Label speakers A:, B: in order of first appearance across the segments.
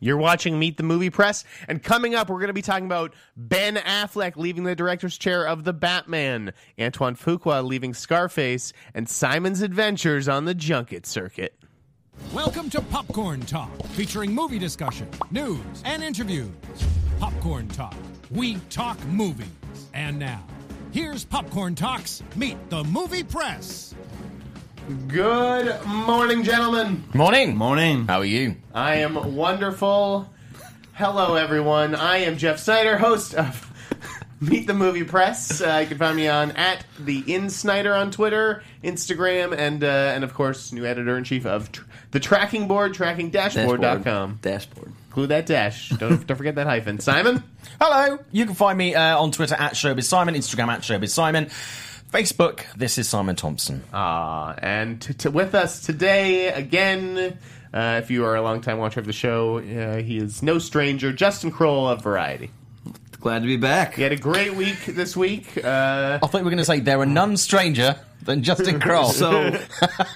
A: You're watching Meet the Movie Press, and coming up, we're going to be talking about Ben Affleck leaving the director's chair of The Batman, Antoine Fuqua leaving Scarface, and Simon's adventures on the junket circuit.
B: Welcome to Popcorn Talk, featuring movie discussion, news, and interviews. Popcorn Talk, we talk movies. And now, here's Popcorn Talks Meet the Movie Press.
A: Good morning, gentlemen.
C: Morning. Uh,
D: Morning.
C: How are you?
A: I am wonderful. Hello, everyone. I am Jeff Snyder, host of Meet the Movie Press. Uh, you can find me on at the In Snyder on Twitter, Instagram, and uh, and of course, new editor in chief of tr- the Tracking Board, tracking-dashboard.com.
D: Dashboard.
A: Include that dash. Don't don't forget that hyphen. Simon.
C: Hello. You can find me uh, on Twitter at Showbiz Simon, Instagram at Showbiz Simon, Facebook. This is Simon Thompson.
D: Ah.
A: Uh, and t- t- with us today again, uh, if you are a longtime watcher of the show, uh, he is no stranger, Justin Kroll of Variety.
D: Glad to be back.
A: He had a great week this week. Uh,
C: I thought we were going to say there are none stranger than Justin Kroll.
D: So,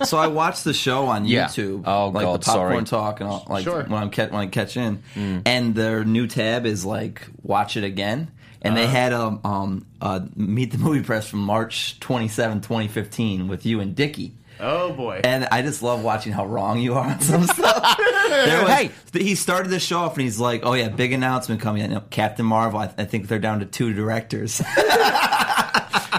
D: so I watched the show on
C: Yeah.
D: YouTube.
C: Oh,
D: like
C: God,
D: the popcorn
C: sorry. Mm.
D: talk and all, like
A: Sure.
D: when I'm ca- when I catch in, and their new tab is like watch it again. And
C: Uh-huh.
D: they had um, um uh, meet the movie press from March 27, 2015 with you and Dickie.
A: oh boy.
D: And I just love watching how wrong you are on some stuff. There was-
C: Hey.
D: he started the show off and he's like, "Oh yeah, big announcement coming in, Captain Marvel." I, I think they're down to two directors.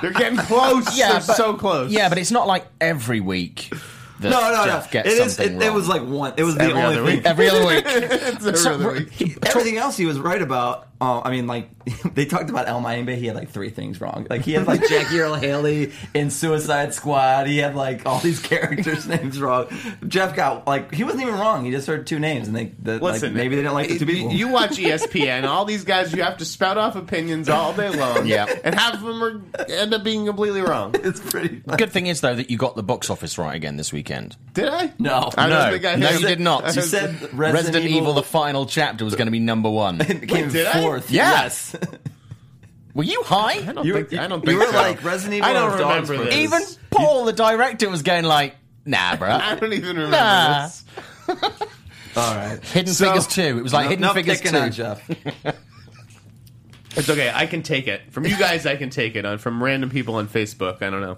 A: They're getting close. They're
C: but-
A: so close.
C: Yeah, but it's not like every week. That
D: no, no,
C: Jeff
D: no.
C: Gets
D: It is.
C: something
D: It, it
C: wrong.
D: was like one. It was the
A: Every
D: only
A: other
D: thing.
A: week.
C: every other week.
A: it's every
C: So-
A: other week.
D: He- everything else he was right about. Uh, I mean, like they talked about El Mayimbe, he had like three things wrong. Like he had like Jackie Earl Haley in Suicide Squad. He had like all these characters' names wrong. Jeff got like he wasn't even wrong. He just heard two names, and they the,
A: Listen,
D: like, maybe they didn't like the two
A: you-
D: people.
A: You watch E ESPN. all these guys, you have to spout off opinions all day long.
C: Yeah.
A: and half of them are, end up being completely wrong.
D: it's pretty.
C: Good thing is though that you got the box office right again this weekend.
A: Did I?
D: No,
A: I don't
C: No.
A: think I
C: No,
A: have.
C: you did not.
D: You said Resident,
C: Resident, Evil, the final chapter, was going to be number one.
D: It came
A: did I?
D: fourth.
C: Yeah.
D: Yes.
C: Were you high?
A: I don't
D: You were-
A: think. I don't
D: you
A: think
D: were
A: so.
D: like Resident Evil
A: I don't
D: and Dogs
A: remember
D: were-
A: this.
C: Even Paul, the director, was going like, "Nah,
A: I
C: bruh.
A: don't even remember
C: Nah.
A: this.
D: all right.
C: Hidden
A: So-
C: Figures two. It was like Hidden
D: Enough
C: Figures
D: picking on
C: two.
D: Jeff.
A: It's okay. I can take it from you guys. I can take it on from random people on Facebook. I don't know.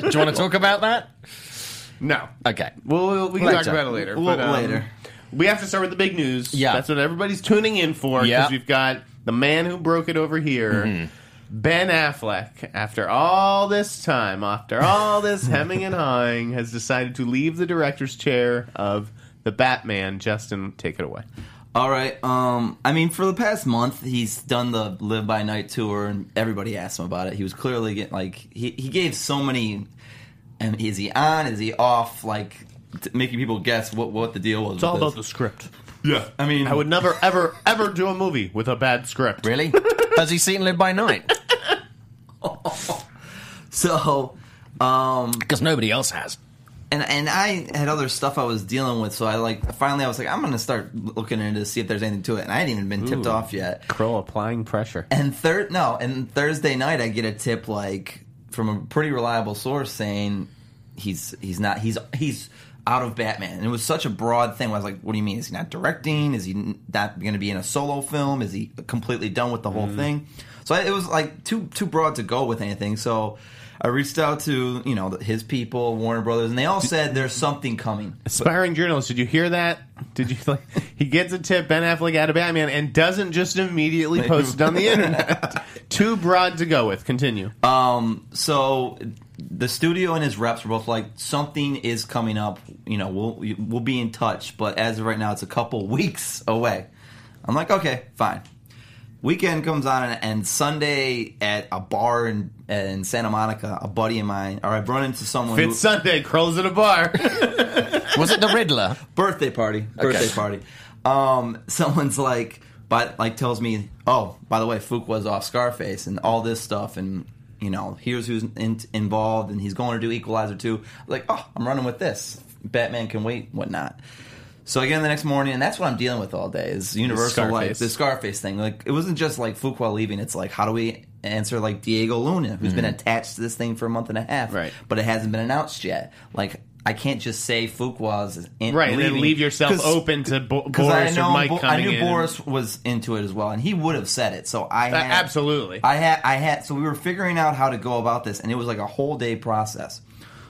C: Do you want to talk about that?
A: No.
C: Okay.
A: Well, we'll- we can
C: Later.
A: talk about it later.
D: Well,
A: but, um,
D: later.
A: We have to start with the big news.
C: Yeah.
A: That's what everybody's tuning in for because
C: Yeah.
A: we've got the man who broke it over here, Ben Affleck, after all this time, after all this hemming and hawing, has decided to leave the director's chair of the Batman. Justin, take it away.
D: All right. Um, I mean, for the past month, he's done the Live by Night tour, and everybody asked him about it. He was clearly getting like he he gave so many. And is he on? Is he off? Like t- making people guess what what the deal was. It's
A: script.
D: Yeah, I mean,
A: I would never, ever, ever do a movie with a bad script.
C: Really? Has he seen Live by Night?
D: so. Um,
C: Because nobody else has.
D: and and I had other stuff I was dealing with, so I like finally I was like, I'm gonna start looking into this, see if there's anything to it, and I hadn't even been tipped off yet.
A: Crow applying pressure.
D: And third, no, and Thursday night I get a tip like from a pretty reliable source saying he's he's not he's he's out of Batman. And it was such a broad thing. I was like, what do you mean? Is he not directing? Is he n- not going to be in a solo film? Is he completely done with the whole thing? So I, it was like too too broad to go with anything. So I reached out to you know his people, Warner Brothers, and they all said there's something coming.
A: Aspiring journalist, did you hear that? Did you like? He gets a tip, Ben Affleck out of Batman, and doesn't just immediately post it on the internet. Too broad to go with. Continue.
D: Um, so the studio and his reps were both like, something is coming up. You know, we'll we'll be in touch. But as of right now, it's a couple weeks away. I'm like, okay, fine. Weekend comes on, and, and Sunday at a bar in, in Santa Monica, a buddy of mine, or I run into someone. who-
A: Fitz Sunday, curls at a bar.
C: Was it the Riddler?
D: birthday party birthday party um someone's like but like tells me oh by the way Fuqua was off scarface and all this stuff and you know here's who's in, involved and he's going to do equalizer 2 like oh i'm running with this batman can wait whatnot so I get in the next morning, and that's what I'm dealing with all day is Universal, like
A: Scarface.
D: the Scarface thing. Like it wasn't just like Fuqua leaving; it's like how do we answer like Diego Luna, who's been attached to this thing for a month and a half,
A: Mm-hmm. Right.
D: But it hasn't been announced yet. Like I can't just say Fuqua's is in,
A: Right, and
D: leaving.
A: then leave yourself
D: 'Cause-
A: open to Bo-
D: Because I
A: Boris
D: know
A: or Mike
D: Bo- I
A: coming
D: knew
A: in.
D: Boris was into it as well, and he would have said it. So I
A: Uh,
D: had,
A: absolutely.
D: I had I had so we were figuring out how to go about this, and it was like a whole day process.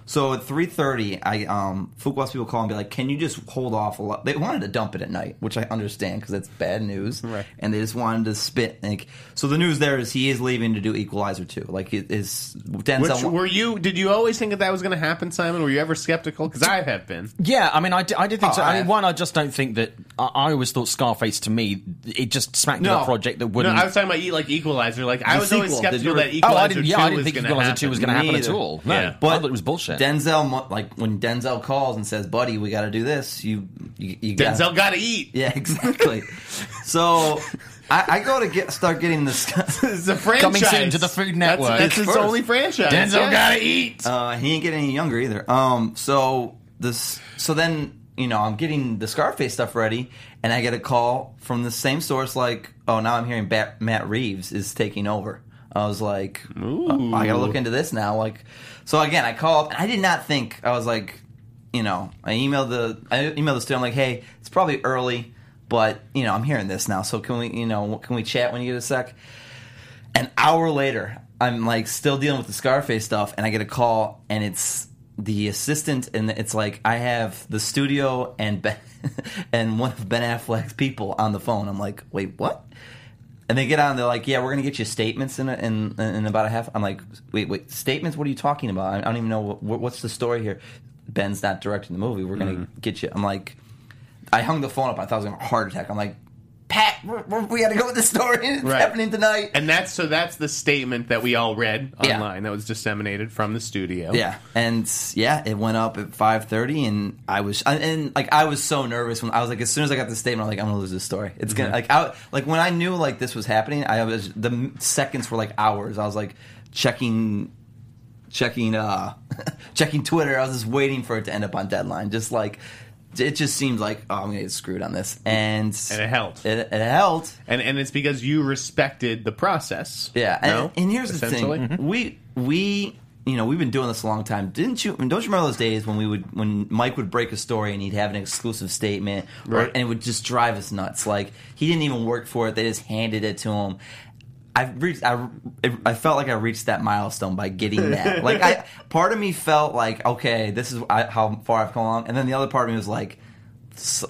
D: So at three thirty, I um Fuquas people call and be like, "Can you just hold off a lot?" They wanted to dump it at night, which I understand because that's bad news,
A: Right.
D: And they just wanted to spit. Like, so the news there is he is leaving to do Equalizer two. Like it is
A: Which
D: Denzel.
A: were you? Did you always think that that was going to happen, Simon? Were you ever skeptical? Because I have been.
C: Yeah, I mean, I did, I did think
D: Oh,
C: so.
D: I-
C: I mean, one, I just don't think that. I, I always thought Scarface to me, it just smacked of
A: No
C: a project that
A: No,
C: wouldn't.
A: I was talking about E- like Equalizer. Like I
D: The
A: was always
D: sequel,
A: skeptical
D: the-
A: that
C: oh,
A: Equalizer
C: I didn't. Yeah,
A: two
C: I didn't
A: was
C: think
A: gonna
C: Equalizer
A: happen.
C: two was going to
D: Me
C: happen at
D: either.
C: all. No,
A: Yeah.
C: I thought it was bullshit.
D: Denzel, mu- like when Denzel calls and says, "Buddy, we got to do this," you you, you gotta-
A: Denzel got to eat.
D: Yeah, exactly. so I, I go to get start getting this.
A: It's a franchise
C: Coming soon to the Food Network.
A: That's, that's its
D: It's first.
A: only franchise.
C: Denzel
A: yeah.
C: gotta eat.
D: Uh, he ain't getting any younger either. Um, so this, so then you know I'm getting the Scarface stuff ready, and I get a call from the same source like, oh, now I'm hearing Bat- Matt Reeves is taking over. I was like, uh,
A: Ooh.
D: I gotta look into this now. Like, so again, I called and I did not think I was like, you know, I emailed the I emailed the studio. I'm like, hey, it's probably early, but you know, I'm hearing this now. So can we, you know, can we chat when you get a sec? an hour later, I'm like still dealing with the Scarface stuff, and I get a call, and it's the assistant, and it's like I have the studio and ben, and one of Ben Affleck's people on the phone. I'm like, wait, what? And they get on, they're like, yeah, we're gonna get you statements in a, in, in about a half. I'm like, wait, wait, statements? What are you talking about? I don't even know what, what's the story here. Ben's not directing the movie. We're gonna get you. I'm like, I hung the phone up. I thought I was gonna have a heart attack. I'm like. Pat, we're- we're- we got to go with the story. It's
A: Right.
D: happening tonight.
A: And that's so that's the statement that we all read
D: Yeah.
A: online that was disseminated from the studio.
D: Yeah, and yeah, it went up at five thirty, and I was and, and like I was so nervous when I was like, as soon as I got the statement, I'm like, I'm gonna lose this story. It's gonna
A: Mm-hmm.
D: like I like when I knew like this was happening, I was the m- seconds were like hours. I was like checking. Checking, uh, checking Twitter. I was just waiting for it to end up on deadline. Just like it just seemed like, oh, I'm gonna get screwed on this, and
A: And it held.
D: It, it held.
A: And and it's because you respected the process.
D: Yeah, and,
A: No?
D: and here's the
A: Essentially?
C: Mm-hmm.
A: Mm-hmm.
D: thing: we we you know we've been doing this a long time. Didn't you? Don't you remember those days when we would when Mike would break a story and he'd have an exclusive statement, or-
A: Right.
D: and it would just drive us nuts. Like he didn't even work for it; they just handed it to him. I reached. I, I felt like I reached that milestone by getting that. like I, part of me felt like, okay, this is I, how far I've come along, and then the other part of me was like, s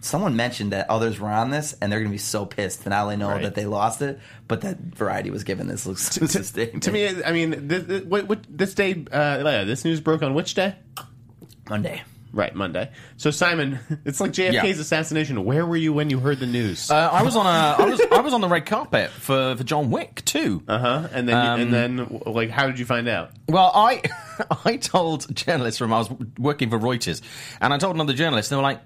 D: someone mentioned that others were on this, and they're going to be so pissed. And I only know
A: Right.
D: that they lost it, but that Variety was given this exclusive statement.
A: To me, I mean, this, this, what, what, this day, uh, this news broke on which day?
D: Monday.
A: Right, Monday. So Simon, it's like JFK's
C: Yeah.
A: assassination. Where were you when you heard the news?
C: Uh, I was on a I was I was on the red carpet for, for John Wick too.
A: huh. And then,
C: um,
A: and then, like, how did you find out?
C: Well, I I told journalists from I was working for Reuters, and I told another journalist, and they were like,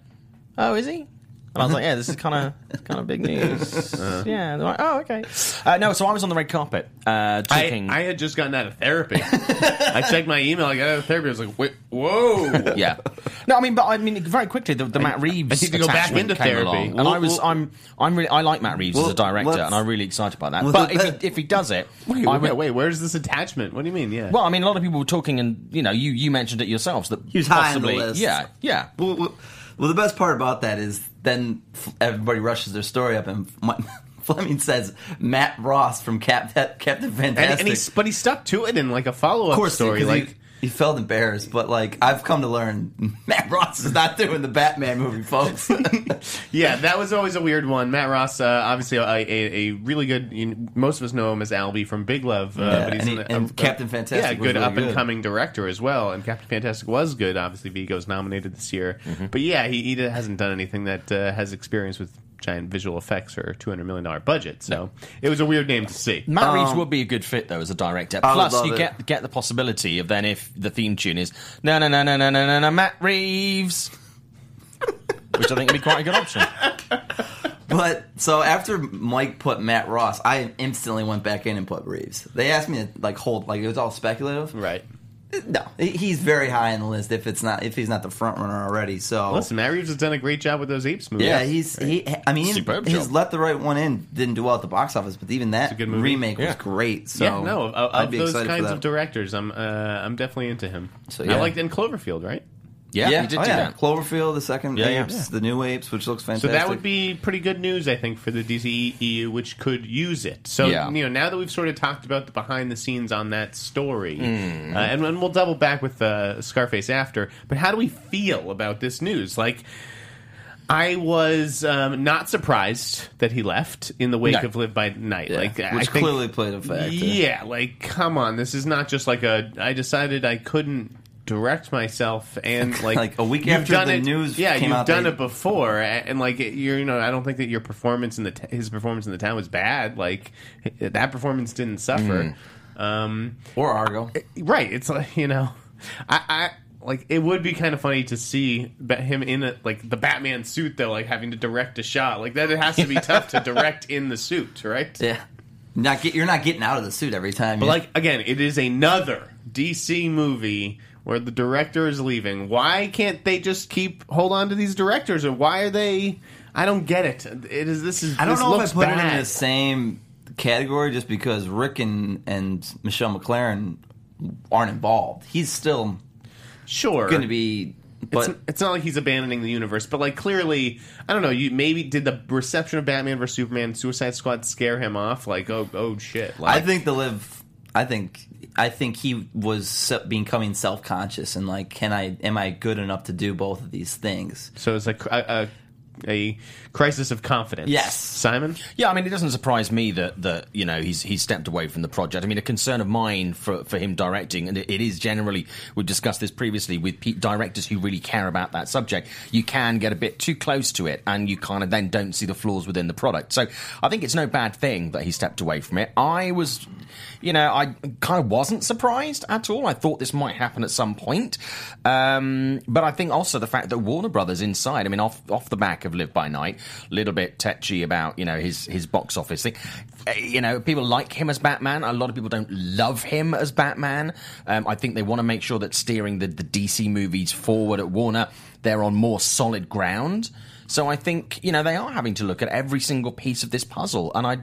C: "Oh, is he?" And I was like, "Yeah, this is kind of kind of big news."
D: Uh.
C: Yeah, and they're like, "Oh, okay." Uh, no, so I was on the red carpet uh,
A: I,
C: talking.
A: I had just gotten out of therapy. I checked my email. I got out of therapy. I was like, Wait, whoa.
C: yeah. No, I mean, but I mean, very quickly, the, the Matt Reeves
A: I need to go back
C: attachment
A: into
C: came
A: therapy.
C: along, and
A: Well,
C: I was,
A: well-
C: I'm, I'm really, I like Matt Reeves as
D: Well,
C: a director,
D: let's-
C: and I'm really excited about that.
D: Well,
C: but if
D: that-
C: he, if he does it,
A: Wait,
C: I
A: wait,
C: would-
A: wait, where's this attachment? What do you mean? Yeah.
C: Well, I mean, a lot of people were talking, and you know, you you mentioned it yourselves that
D: He was high on the
C: possibly,
D: list.
C: yeah, yeah.
D: Well, well, well, the best part about that is then f- everybody rushes their story up, and my, Fleming says Matt Ross from Cap, Captain
A: and,
D: Fantastic.
A: and he's but he stuck to it in like a follow
D: of
A: up
D: course,
A: story.
D: because he-
A: Like,
D: he, felt embarrassed, but like I've come to learn, Matt Ross is not doing the Batman movie, folks.
A: yeah, that was always a weird one. Matt Ross, uh, obviously a, a, a really good. You know, most of us know him as Albie from Big Love, uh,
D: Yeah,
A: but he's
D: and he-
A: an-
D: and Captain Fantastic
A: Yeah,
D: was
A: good
D: really
A: up and
D: good.
A: coming director as well. And Captain Fantastic was good. Obviously, Vigo's nominated this year,
D: Mm-hmm.
A: but yeah, he, he hasn't done anything that uh, has experience with giant visual effects or two hundred million dollar budget. So it was a weird name to see.
C: Matt Reeves would be a good fit though as a director.
D: Um, I would
C: Plus,
D: love
C: you
D: it.
C: get get the possibility of then if the theme tune is no no no no no no no no Matt Reeves, which I think would be quite a good option.
D: But so after Mike put Matt Ross, I instantly went back in and put Reeves. They asked me to like hold, like it was all speculative.
A: Right.
D: No, he- he's very high on the list if it's not if he's not the front runner already. So
A: Listen, Matt Reeves has done a great job with those apes movies.
D: Oh. yeah, he's he. I mean,
C: Superb
D: his
C: job.
D: Let the Right One In didn't do well at the box office, but even that
A: good movie.
D: remake
C: Yeah.
D: was great. So
A: yeah, no, of,
D: I'd
A: of
D: be
A: those
D: excited for
A: kinds
D: that.
A: of directors, I'm uh, I'm definitely into him.
D: So, yeah.
A: I liked in Cloverfield, right?
C: Yeah, he did
D: oh,
C: do
D: yeah.
C: that.
D: Cloverfield, the second
C: Yeah, yeah.
D: apes, the new apes, which looks
A: So
D: fantastic.
A: that would be pretty good news, I think, for the DCEU, E which could use it. So,
C: Yeah.
A: you know, now that we've sort of talked about the behind the scenes on that story,
D: Hmm.
A: uh, and, and we'll double back with uh, Scarface after, but how do we feel about this news? Like, I was um, not surprised that he left in the wake
C: No.
A: of Live by Night.
D: Yeah,
A: Like, I
D: which
A: think-
D: clearly played a factor.
A: Yeah, like come on, this is not just like a. I decided I couldn't direct myself, and like
D: Like, a week
A: you've
D: after
A: done
D: the
A: it-
D: news
A: Yeah,
D: came
A: you've
D: out,
A: done
D: they-
A: it before, a- and like it- you're, you know, I don't think that your performance in the t- his performance in the town was bad. Like that performance didn't suffer. Um,
D: Or Argo.
A: right? It's like you know, I. I like it would be kind of funny to see ba- him in a, like the Batman suit though, like having to direct a shot like that. It has to be tough to direct in the suit, right?
D: Yeah. Not get, you're not getting out of the suit every time.
A: But like again, it is another DC movie where the director is leaving. Why can't they just keep hold on to these directors? Or why are they? I don't get it. It is this is.
D: I don't
A: this
D: know if I
A: looks
D: put
A: bad.
D: it in the same category just because Rick and, and Michelle McLaren aren't involved. He's still
A: Sure,
D: going to be.
A: It's,
D: But
A: it's not like he's abandoning the universe, but like clearly, I don't know. You maybe did the reception of Batman vs Superman, Suicide Squad scare him off? Like, oh, oh shit! Like,
D: I think the live. I think I think he was se- becoming self conscious and like, can I? Am I good enough to do both of these things?
A: so. It's like a, a, a crisis of confidence.
D: Yes.
A: Simon.
C: Yeah, I mean, it doesn't surprise me that that you know he's he's stepped away from the project. I mean, a concern of mine for for him directing, and it, it is generally we've discussed this previously with pe- directors who really care about that subject. You can get a bit too close to it, and you kind of then don't see the flaws within the product. So I think it's no bad thing that he stepped away from it. I was, you know, I kind of wasn't surprised at all. I thought this might happen at some point, um, but I think also the fact that Warner Brothers inside, I mean, off off the back of Live by Night, little bit tetchy about you know his his box office thing. Uh, You know, people like him as Batman. A lot of people don't love him as Batman. Um, I think they want to make sure that steering the, the DC movies forward at Warner, they're on more solid ground. So I think you know they are having to look at every single piece of this puzzle, and I,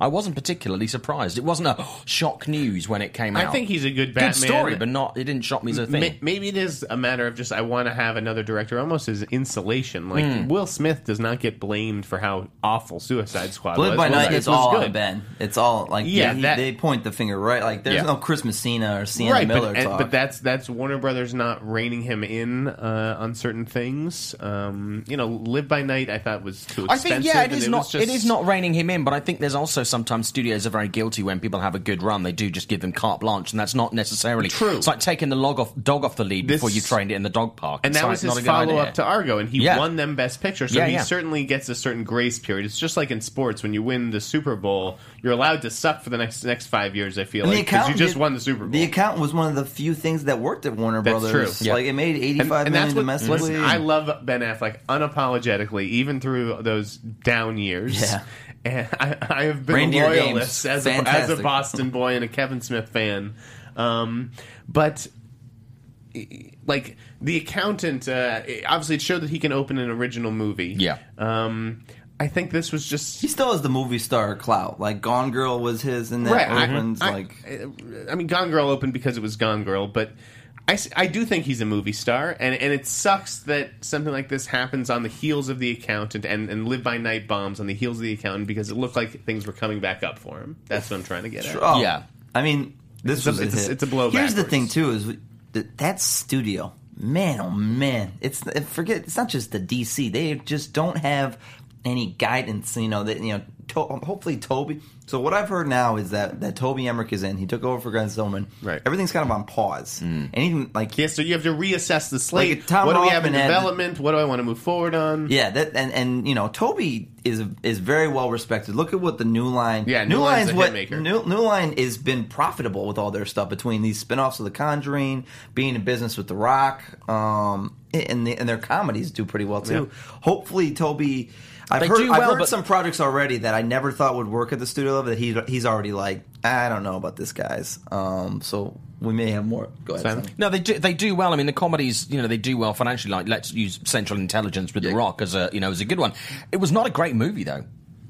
C: I wasn't particularly surprised. It wasn't a shock news when it came out.
A: I think he's a good Batman.
C: good story, but not it didn't shock me as a thing.
A: Ma- maybe it is a matter of just I want to have another director, almost as insulation. Like
C: Hmm.
A: Will Smith does not get blamed for how awful Suicide Squad
D: Live
A: was.
D: by
A: Will
D: night
A: Smith
D: is
A: was
D: all on
A: good.
D: Ben. It's all like
A: Yeah,
D: yeah, he-
A: that-
D: they point the finger right. Like there's
A: Yeah.
D: no Chris Messina or Sienna
A: right,
D: Miller
A: but, and-
D: talk.
A: but that's that's Warner Brothers not reining him in uh, on certain things. Um, you know, Live by Night I thought was too
C: I
A: expensive.
C: think yeah, it
A: and
C: is
A: was
C: not it
A: just-
C: is not reining him in, but I think there's also sometimes studios are very guilty when people have a good run, they do just give them carte blanche, and that's not necessarily
A: True.
C: It's like taking the log off dog off the lead
A: This-
C: before you trained it in the dog park,
A: And
C: It's
A: that
C: like
A: was
C: not
A: his
C: a good
A: follow
C: idea.
A: up to Argo, and he
C: Yeah.
A: won them Best Picture. So
C: Yeah,
A: he
C: yeah.
A: certainly gets a certain grace period. It's just like in sports when you win the Super Bowl, you're allowed to suck for the next next five years. I feel
D: And the
A: like because you
D: accountant
A: just
D: did-
A: won the Super Bowl.
D: The accountant was one of the few things that worked at Warner
A: That's
D: Brothers.
A: true. Yeah.
D: Like it made eighty five million domestically.
A: listen, I love Ben Affleck unapologetically, even through those down years.
D: Yeah.
A: And I, I have been a
D: Reindeer
A: loyalist as
D: games.
A: a, as a
D: Fantastic.
A: Boston boy and a Kevin Smith fan. Um, but like the accountant, uh, obviously, it showed that he can open an original movie.
C: Yeah.
A: Um, I think this was just
D: he still has the movie star clout. Like Gone Girl was his, and that
A: I-
D: opens
A: I,
D: like
A: I, mean, Gone Girl opened because it was Gone Girl, but I, s- I do think he's a movie star, and, and it sucks that something like this happens on the heels of the accountant and, and Live by Night bombs on the heels of the accountant because it looked like things were coming back up for him. That's what I'm trying to get at.
D: Oh,
C: Yeah.
D: I mean, this
A: a-
D: was
A: it's a-
D: hit.
A: it's a blow
D: Here's the
A: backwards.
D: thing too is that that studio, man, oh man, it's forget. It's not just the DC. They just don't have any guidance. You know that you know. To, hopefully, Toby. So what I've heard now is that that Toby Emmerich is in. He took over for Glenn Zillman.
A: Right. Mm.
D: Everything's kind of on pause. Anything like
A: Yeah, so you have to reassess the slate.
D: Like, Tom
A: what do we have in
D: Rothman had-
A: development? What do I want to move forward on?
D: Yeah, that and and you know Toby is is very well respected. Look at what the new line.
A: Yeah, New Line's a
D: what
A: hitmaker.
D: new, new line has been profitable with all their stuff between these spin-offs of The Conjuring, being in business with The Rock, um, and the, and their comedies do pretty well too. Hopefully, Toby. I've
C: They
D: heard,
C: do
D: I've
C: well,
D: heard
C: but-
D: some projects already that I never thought would work at the studio level. That he he's already like, I don't know about this guys. Um, so we may have more. Go ahead.
A: Simon?
D: Simon.
C: No, they do. They do well. I mean, the comedies, you know, they do well financially. Like, let's use Central Intelligence with The
D: Yeah.
C: Rock as a, you know, as a good one. It was not a great movie though.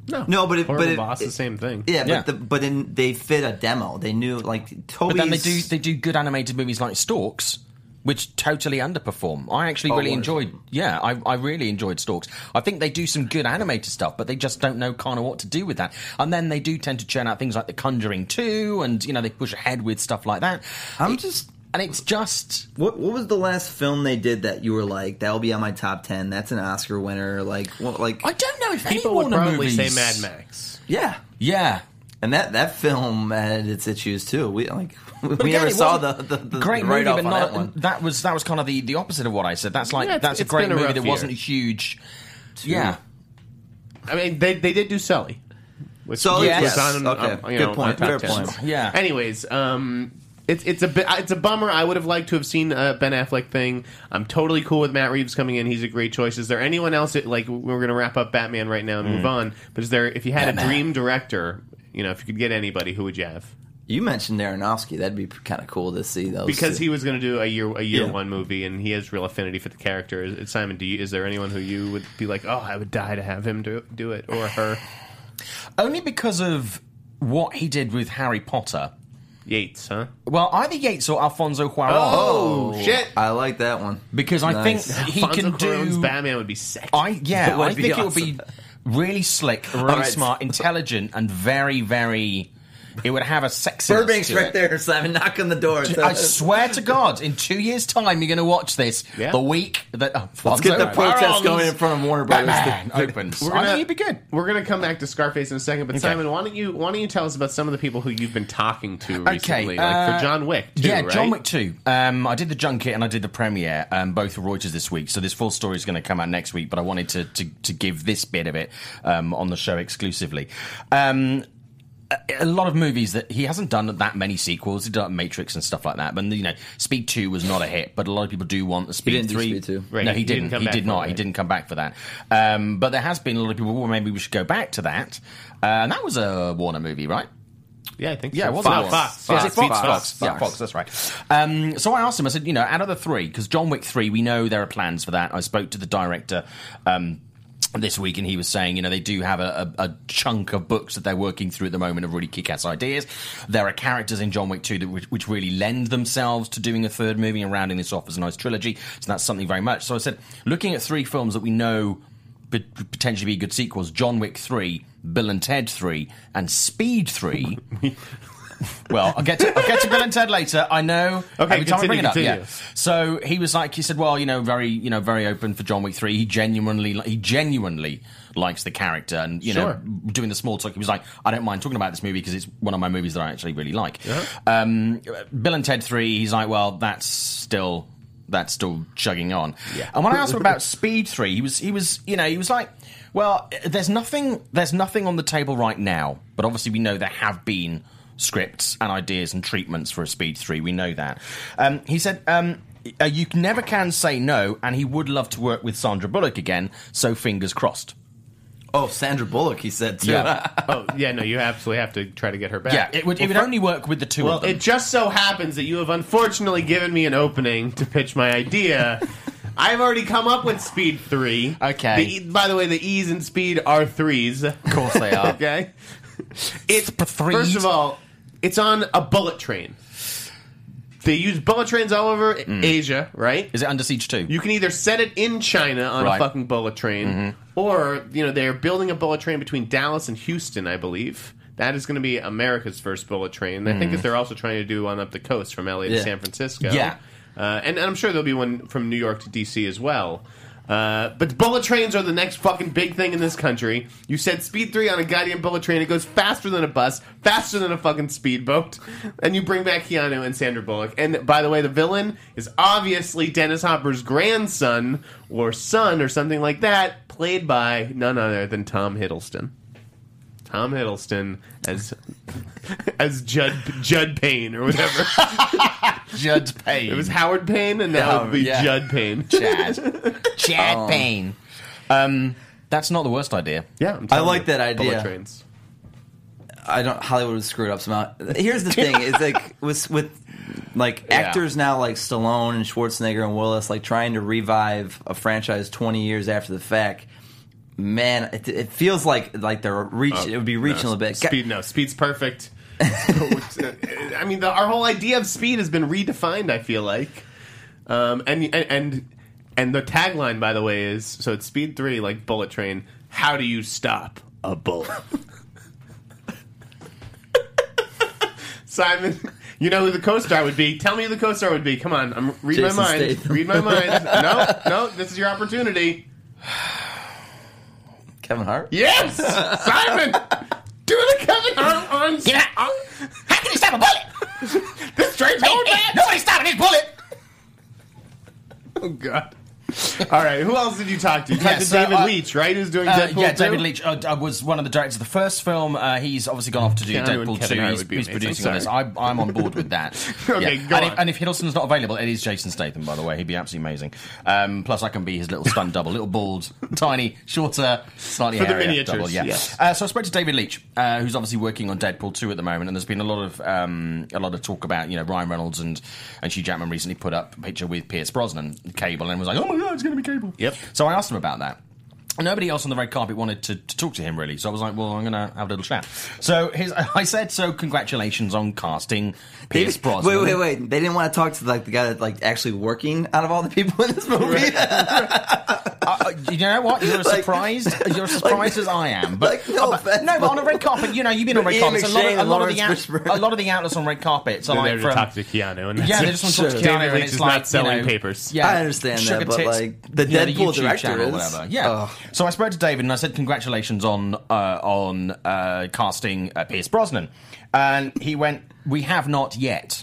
D: No, but it-
A: Horrible
D: but it-
A: boss, the
D: it-
A: same thing.
D: Yeah,
C: Yeah.
D: but the, but in, they fit a demo. They knew like Toby.
C: But then they do they do good animated movies like Storks, which totally underperform. I actually
A: Oh,
C: really
D: Wars.
C: enjoyed. Yeah, I, I really enjoyed Stalks. I think they do some good animated stuff, but they just don't know kind of what to do with that. And then they do tend to churn out things like The Conjuring Two, and you know they push ahead with stuff like that.
D: I'm
C: It-
D: just.
C: and it's just
D: What, what was the last film they did that you were like that'll be on my top ten? That's an Oscar winner. Like what? Like
C: I don't know if
A: People
C: any
A: would
C: Warner
A: probably say
C: movies-
A: Mad Max.
D: yeah,
C: Yeah,
D: and that that film had its issues too. We like we
C: again,
D: never
C: it
D: saw the,
C: wasn't
D: the, the
C: great
D: the
C: movie,
D: write-off
C: but
D: on
C: not
D: that one.
C: that was that was kind of the, the opposite of what I said. That's like
A: Yeah, it's-
C: that's a
A: it's
C: great
A: been a
C: movie
A: rough
C: that
A: year.
C: wasn't a huge. Yeah,
A: I mean, they they did do Sully. Which which
D: Sully,
C: yes.
A: was on,
D: Okay.
A: um, you
D: Good
A: know,
D: point,
A: our top
D: fair
A: 10.
D: point.
C: Yeah.
A: Anyways, um, it's it's a bit, it's a bummer. I would have liked to have seen a Ben Affleck thing. I'm totally cool with Matt Reeves coming in. He's a great choice. Is there anyone else? That, like we're going to wrap up Batman right now and
D: Mm.
A: move on. But is there if you had
C: Batman.
A: a dream director, you know, if you could get anybody, who would you have?
D: You mentioned Aronofsky. That'd be kind of cool to see those
A: Because
D: two.
A: he was going to do a year a year
D: Yeah.
A: one movie, and he has real affinity for the character. Is- is Simon, do you, is there anyone who you would be like, oh, I would die to have him do do it or her?
C: only because of what he did with Harry Potter.
A: Yates, huh?
C: Well, either Yates or Alfonso Cuarón.
A: Oh, shit!
D: I like that one
C: because I
D: Nice.
C: think he
A: Alfonso
C: can
A: Cuarón's
C: do.
A: Batman would be sick.
C: I yeah,
D: That would
C: I
D: be
C: think it
D: awesome.
C: would be really slick, really
D: right.
C: smart, intelligent, and very very. It would have a sexy.
D: Burbank's right there, Simon. Knock on the door.
C: I swear to God, in two years' time, you're going to watch this.
A: Yeah.
C: The week that Alfonso
D: Let's get the
C: Cuarón's
D: protest going in front of Warner Brothers.
C: Batman opens.
A: We're
C: I
A: gonna-
C: think he'd be good.
A: We're gonna come back to Scarface in a second, but Simon, why don't you why don't you tell us about some of the people who you've been talking to recently, like
C: uh,
A: for John Wick? Too,
C: yeah,
A: right?
C: John Wick Two. Um, I did the junket and I did the premiere, um, both for Reuters this week. So this full story is going to come out next week, but I wanted to to, to give this bit of it um, on the show exclusively. Um, a lot of movies that he hasn't done that many sequels. He did like Matrix and stuff like that. But you know, Speed Two was not a hit, but a lot of people do want the Speed
D: didn't do
C: Three.
D: Speed 2.
A: Right,
C: No, he,
A: he didn't
C: didn't.
A: come
C: he
A: back
C: did
A: for
C: not.
A: it,
C: He
A: right.
C: didn't come back for that. Um, but there has been a lot of people. Well, maybe we should go back to that. Uh, and that was a Warner movie, right?
A: yeah, I think
C: Yeah,
A: so.
C: it was
A: Fox.
C: Fox.
A: Fox.
C: Was it Fox?
A: Fox.
C: Fox. Yeah, Fox. That's right. Um, so I asked him. I said, you know, out of the three, because John Wick three, we know there are plans for that. I spoke to the director. Um, this week, and he was saying, you know, they do have a, a, a chunk of books that they're working through at the moment of really kick-ass ideas. There are characters in John Wick 2 that which, which really lend themselves to doing a third movie and rounding this off as a nice trilogy. So that's something very much. So I said, looking at three films that we know pot- potentially be good sequels: John Wick 3, Bill and Ted 3, and Speed 3. Well, I'll get to I'll get to Bill and Ted later. I know.
A: Okay,
C: every time I
A: continue,
C: bring it up,
A: continue.
C: yeah. So he was like, he said, well, you know, very, you know, very open for John Wick three. He genuinely, he genuinely likes the character, and you
A: Sure.
C: know, doing the small talk, he was like, I don't mind talking about this movie because it's one of my movies that I actually really like. Um, Bill and Ted three, he's like, well, that's still that's still chugging on.
A: Yeah.
C: And when I asked him about Speed three, he was he was you know he was like. Well, there's nothing. There's nothing on the table right now, but obviously we know there have been scripts and ideas and treatments for a Speed 3. We know that. Um, he said, um, uh, You never can say no, and he would love to work with Sandra Bullock again, so fingers crossed.
D: Oh, Sandra Bullock. He said too.
A: Oh, yeah, no, you absolutely have to try to get her back.
C: Yeah, it would, it would only work with the two
A: Well,
C: of them.
A: it just so happens that you have unfortunately given me an opening to pitch my idea. I've already come up with Speed Three.
C: Okay.
A: The, E- by the way, the E's in Speed are threes.
C: of course they are.
A: Okay. It's
C: Threes.
A: first of all, it's on a bullet train. They use bullet trains all over Asia, right?
C: Mm. Is it Under Siege 2?
A: You can either set it in China on
C: Right. Mm-hmm.
A: a fucking bullet train, or you know they're building a bullet train between Dallas and Houston, I believe. That is going to be America's first bullet train. I think that they're also trying to do one up the coast from LA to
D: Yeah.
A: San Francisco.
C: Mm. Yeah.
A: uh, and, and I'm sure there'll be one from New York to DC as well. Uh, but bullet trains are the next fucking big thing in this country. You said speed three on a goddamn bullet train. It goes faster than a bus, faster than a fucking speedboat. And you bring back Keanu and Sandra Bullock. And by the way, the villain is obviously Dennis Hopper's grandson or son or something like that, played by none other than Tom Hiddleston. Tom Hiddleston as as Judd Judd Payne or whatever.
C: Judd Payne.
A: It was Howard Payne, and now it'll be
D: Yeah.
A: Judd Payne.
C: Chad. Chad Payne. Um, that's not the worst idea.
A: Yeah, I'm telling
D: I like
A: you.
D: that idea.
A: Bullet trains.
D: I don't. Hollywood would screw it up somehow. Here's the thing: is like with with like actors now, like Stallone and Schwarzenegger and Willis, like trying to revive a franchise 20 years after the fact. Man, it, it feels like like they're
C: Uh,
D: reaching. it would be reaching a little bit.
A: Speed, no, speed's perfect. I mean, the, our whole idea of speed has been redefined. I feel like Um, and and and and the tagline, by the way, is so it's Speed Three, like Bullet Train. How do you stop a bullet? Simon, you know who the co-star would be. Tell me who the co-star would be. Come on, I'm read
D: Jason
A: my mind.
D: Statham.
A: Read my mind. No, no, this is your opportunity.
D: Kevin Hart.
A: Yes, Simon, do the Kevin Hart on.
C: Get out. How can you stop a bullet?
A: This train's going back.
C: nobody's stopping this bullet.
A: Oh God. All right. Who else did you talk to? You talked
C: Yeah,
A: to
C: so,
A: David
C: uh,
A: Leach, right? Who's doing
C: Uh,
A: Deadpool?
C: yeah, David
A: too?
C: Leach uh, d- uh, was one of the directors of the first film. Uh, he's obviously gone off to do
A: Keanu and
C: Deadpool
A: Kevin
C: 2.
A: Hart
C: He's,
A: would be
C: he's
A: amazing.
C: producing on this. I, I'm on board with that.
A: Okay,
C: yeah.
A: go
C: and,
A: on.
C: If, and if Hiddleston's not available, it is Jason Statham, by the way. He'd be absolutely amazing. Um, plus, I can be his little stunt double, little bald, tiny, shorter, slightly
A: For the
C: hairier
A: miniatures,
C: double. Yeah.
A: yes.
C: Uh, so I spoke to David Leach, uh, who's obviously working on Deadpool 2 at the moment, and there's been a lot of um, a lot of talk about you know Ryan Reynolds and and Hugh Jackman recently put up a picture with Pierce Brosnan, Cable, and was like, oh my god, it's going to be Cable.
A: Yep.
C: So I asked him about that. And Nobody else on the red carpet wanted to, to talk to him really, so I was like, "Well, I'm going to have a little chat." So his, I said, "So congratulations on casting Pierce Brosnan."
D: Wait, wait, wait! They didn't want to talk to like the guy that like actually working out of all the people in this movie.
C: Uh, you know what? You're as
D: Like-
C: surprised. You're as surprised as I am. But
D: like, no
C: uh, but,
D: offense,
C: no, but
D: but-
C: on a red carpet, you know, you've been on
D: But
C: red
D: Ian
C: carpets. A lot,
D: McShane
C: of, a,
D: and
C: lot of the
D: Lawrence
C: out,
D: Fishburne.
C: a lot of the outlets on red carpets are
A: They're
C: like
A: there to
C: from.
A: talk to Keanu. And that's
C: Yeah, they
A: it.
C: just want to talk to
D: Sure.
C: Keanu,
A: David
C: and
A: Leitch
C: it's
A: is
C: like
A: not selling
C: you know,
A: papers.
C: Yeah,
D: I understand
C: sugar
D: that, but,
C: tits,
D: like, the
C: you know,
D: Deadpool
C: YouTube
D: director
C: channel or
D: is-
C: whatever. Yeah.
D: Ugh.
C: So I spoke to David and I said, "Congratulations on uh, on uh, casting uh, Pierce Brosnan," and he went, "We have not yet."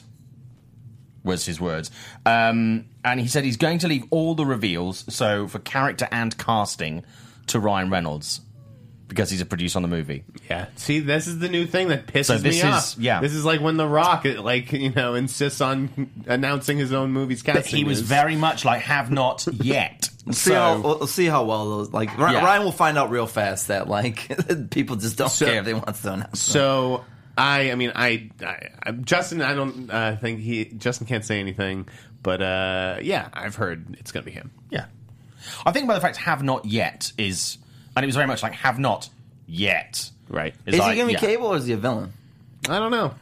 C: was his words. Um, and he said he's going to leave all the reveals, so for character and casting, to Ryan Reynolds because he's a producer on the movie.
A: Yeah. See, this is the new thing that pisses
C: So this
A: me
C: is-
A: off.
C: yeah.
A: This is like when The Rock, it, like you know, insists on announcing his own movies casting.
C: But he was
A: news.
C: very much like have not yet.
D: See how
C: so
D: we'll we'll see how well those like Ry-
C: Yeah.
D: Ryan will find out real fast that like people just don't
C: So-
D: care if they want to announce.
A: So I, I mean, I, I I'm- Justin, I don't uh, think he Justin can't say anything, but uh, yeah, I've heard it's gonna be him.
C: yeah, I think by the fact have not yet is, and it was very much like have not yet.
A: Right.
D: Is
C: like,
D: he gonna be
C: yeah.
D: cable or is he a villain?
A: I don't know.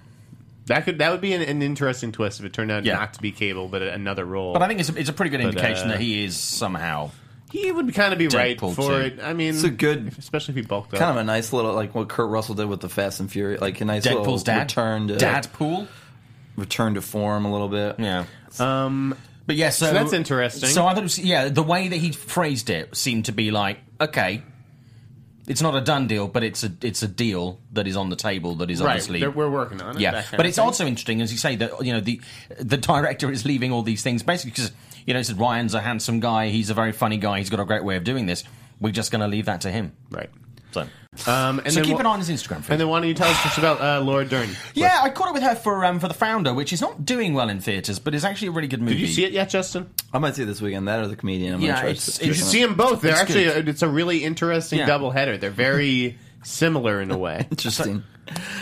A: That could that would be an, an interesting twist if it turned out
C: Yeah.
A: not to be Cable, but another role.
C: But I think it's a, it's a pretty good indication
A: uh,
C: that he is somehow.
A: he would kind of be right
C: Deadpool
A: for
C: too.
A: it. I mean,
D: It's a good-
A: especially if he bulked up.
D: Kind of a nice little like what Kurt Russell did with the Fast and Furious, like a nice little
C: Deadpool's dad,
D: return to
C: Dadpool.
D: return to form a little bit.
C: Yeah. Um. But yeah, so,
A: so that's interesting.
C: So I thought, it was, yeah, the way that he phrased it seemed to be like, okay, it's not a done deal, but it's a it's a deal that is on the table that is
A: right,
C: obviously
A: they're- we're working on it.
C: yeah.
A: that kind
C: But
A: of
C: it's
A: thing.
C: also interesting, as you say, that you know the the director is leaving all these things basically because you know he said Ryan's a handsome guy, he's a very funny guy, he's got a great way of doing this. We're just going to leave that to him.
A: right.
C: So,
A: Um, and
C: so
A: then
C: keep
A: wha-
C: an eye on his Instagram. feed.
A: And then why don't you tell us just about uh, Laura Dern?
C: yeah, I caught up with her for um, for the founder, which is not doing well in theaters, but is actually a really good movie.
A: Did you see it yet, Justin?
D: I might see this weekend that or the comedian. I'm
C: Yeah,
D: gonna try
C: it's-
D: to-
A: You
C: it's-
A: should see them both. They're
C: It's
A: actually
C: good.
A: it's a really interesting
C: Yeah.
A: doubleheader. They're very similar in a way.
D: interesting.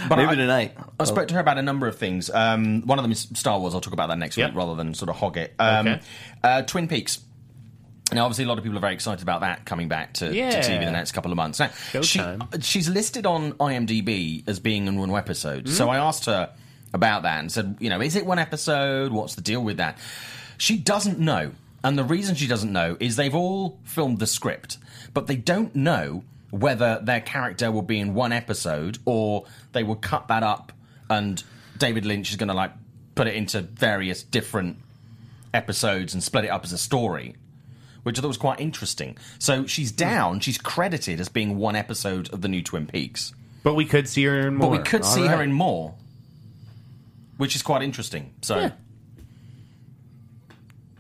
C: But
D: Maybe
C: I-
D: tonight.
C: I spoke to her about a number of things. Um, one of them is Star Wars. I'll talk about that next
A: Yep.
C: week rather than sort of hog it. Um,
A: Okay.
C: uh, Twin Peaks. Now, obviously, a lot of people are very excited about that coming back to, to
A: Yeah.
C: TV in the next couple of months. Now, she,
A: Showtime.
C: she's listed on IMDb as being in one episode. So I asked her about that and said, you know, is it one episode? What's the deal with that? She doesn't know. And the reason she doesn't know is they've all filmed the script, but they don't know whether their character will be in one episode or they will cut that up and David Lynch is going to like put it into various different episodes and split it up as a story, which I thought was quite interesting. So she's down, she's credited as being one episode of the new Twin Peaks.
A: But we could see her in
C: But
A: more.
C: we could
A: All
C: see her
A: right.
C: in more, which is quite interesting. So,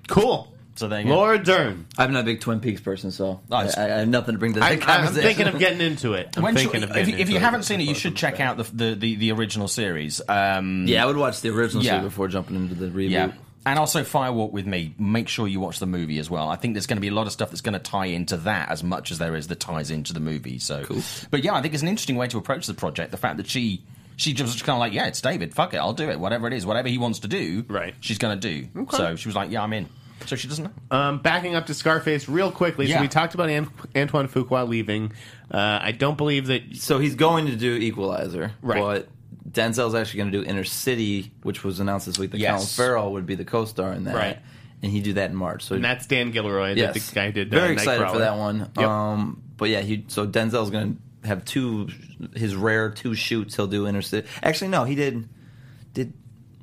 A: Cool.
C: so there you go.
A: Laura Dern.
D: I'm not a big Twin Peaks person, so I,
C: Nice.
D: I, I have nothing to bring to the
A: I, I'm
D: conversation.
A: thinking of getting into it. I'm
C: When should-
A: thinking of
C: if,
A: getting
C: you- if
A: into
C: you
A: it.
C: haven't seen it, you should check out the the, the, the original series. Um,
D: yeah, I would watch the original
C: Yeah.
D: show before jumping into the reboot.
C: yeah. And also Firewalk with Me. Make sure you watch the movie as well. I think there's going to be a lot of stuff that's going to tie into that as much as there is that ties into the movie. So, but yeah, I think it's an interesting way to approach the project. The fact that she she just was kind of like, yeah, it's David. Fuck it, I'll do it. Whatever it is, whatever he wants to do,
A: Right.
C: She's going to do. So she was like, yeah, I'm in. So she doesn't know.
D: Uh,
A: Um, backing up to Scarface real quickly. So
C: Yeah.
A: we talked about An- Antoine Fuqua leaving. Uh, I don't believe that.
D: So he's going to do Equalizer,
A: Right.
D: But Denzel's actually going to do Inner City, which was announced this week. That
C: Yes.
D: Colin Farrell would be the co-star in that,
A: Right.
D: and he did that in March. So
A: And that's Dan Gilroy, that
D: Yes.
A: the guy who did.
D: Very
A: uh,
D: excited for
A: Nightcrawler.
D: that one.
A: Yep.
D: Um, but yeah, he so Denzel's gonna have two his rare two shoots he'll do intercity. Actually, no, he did did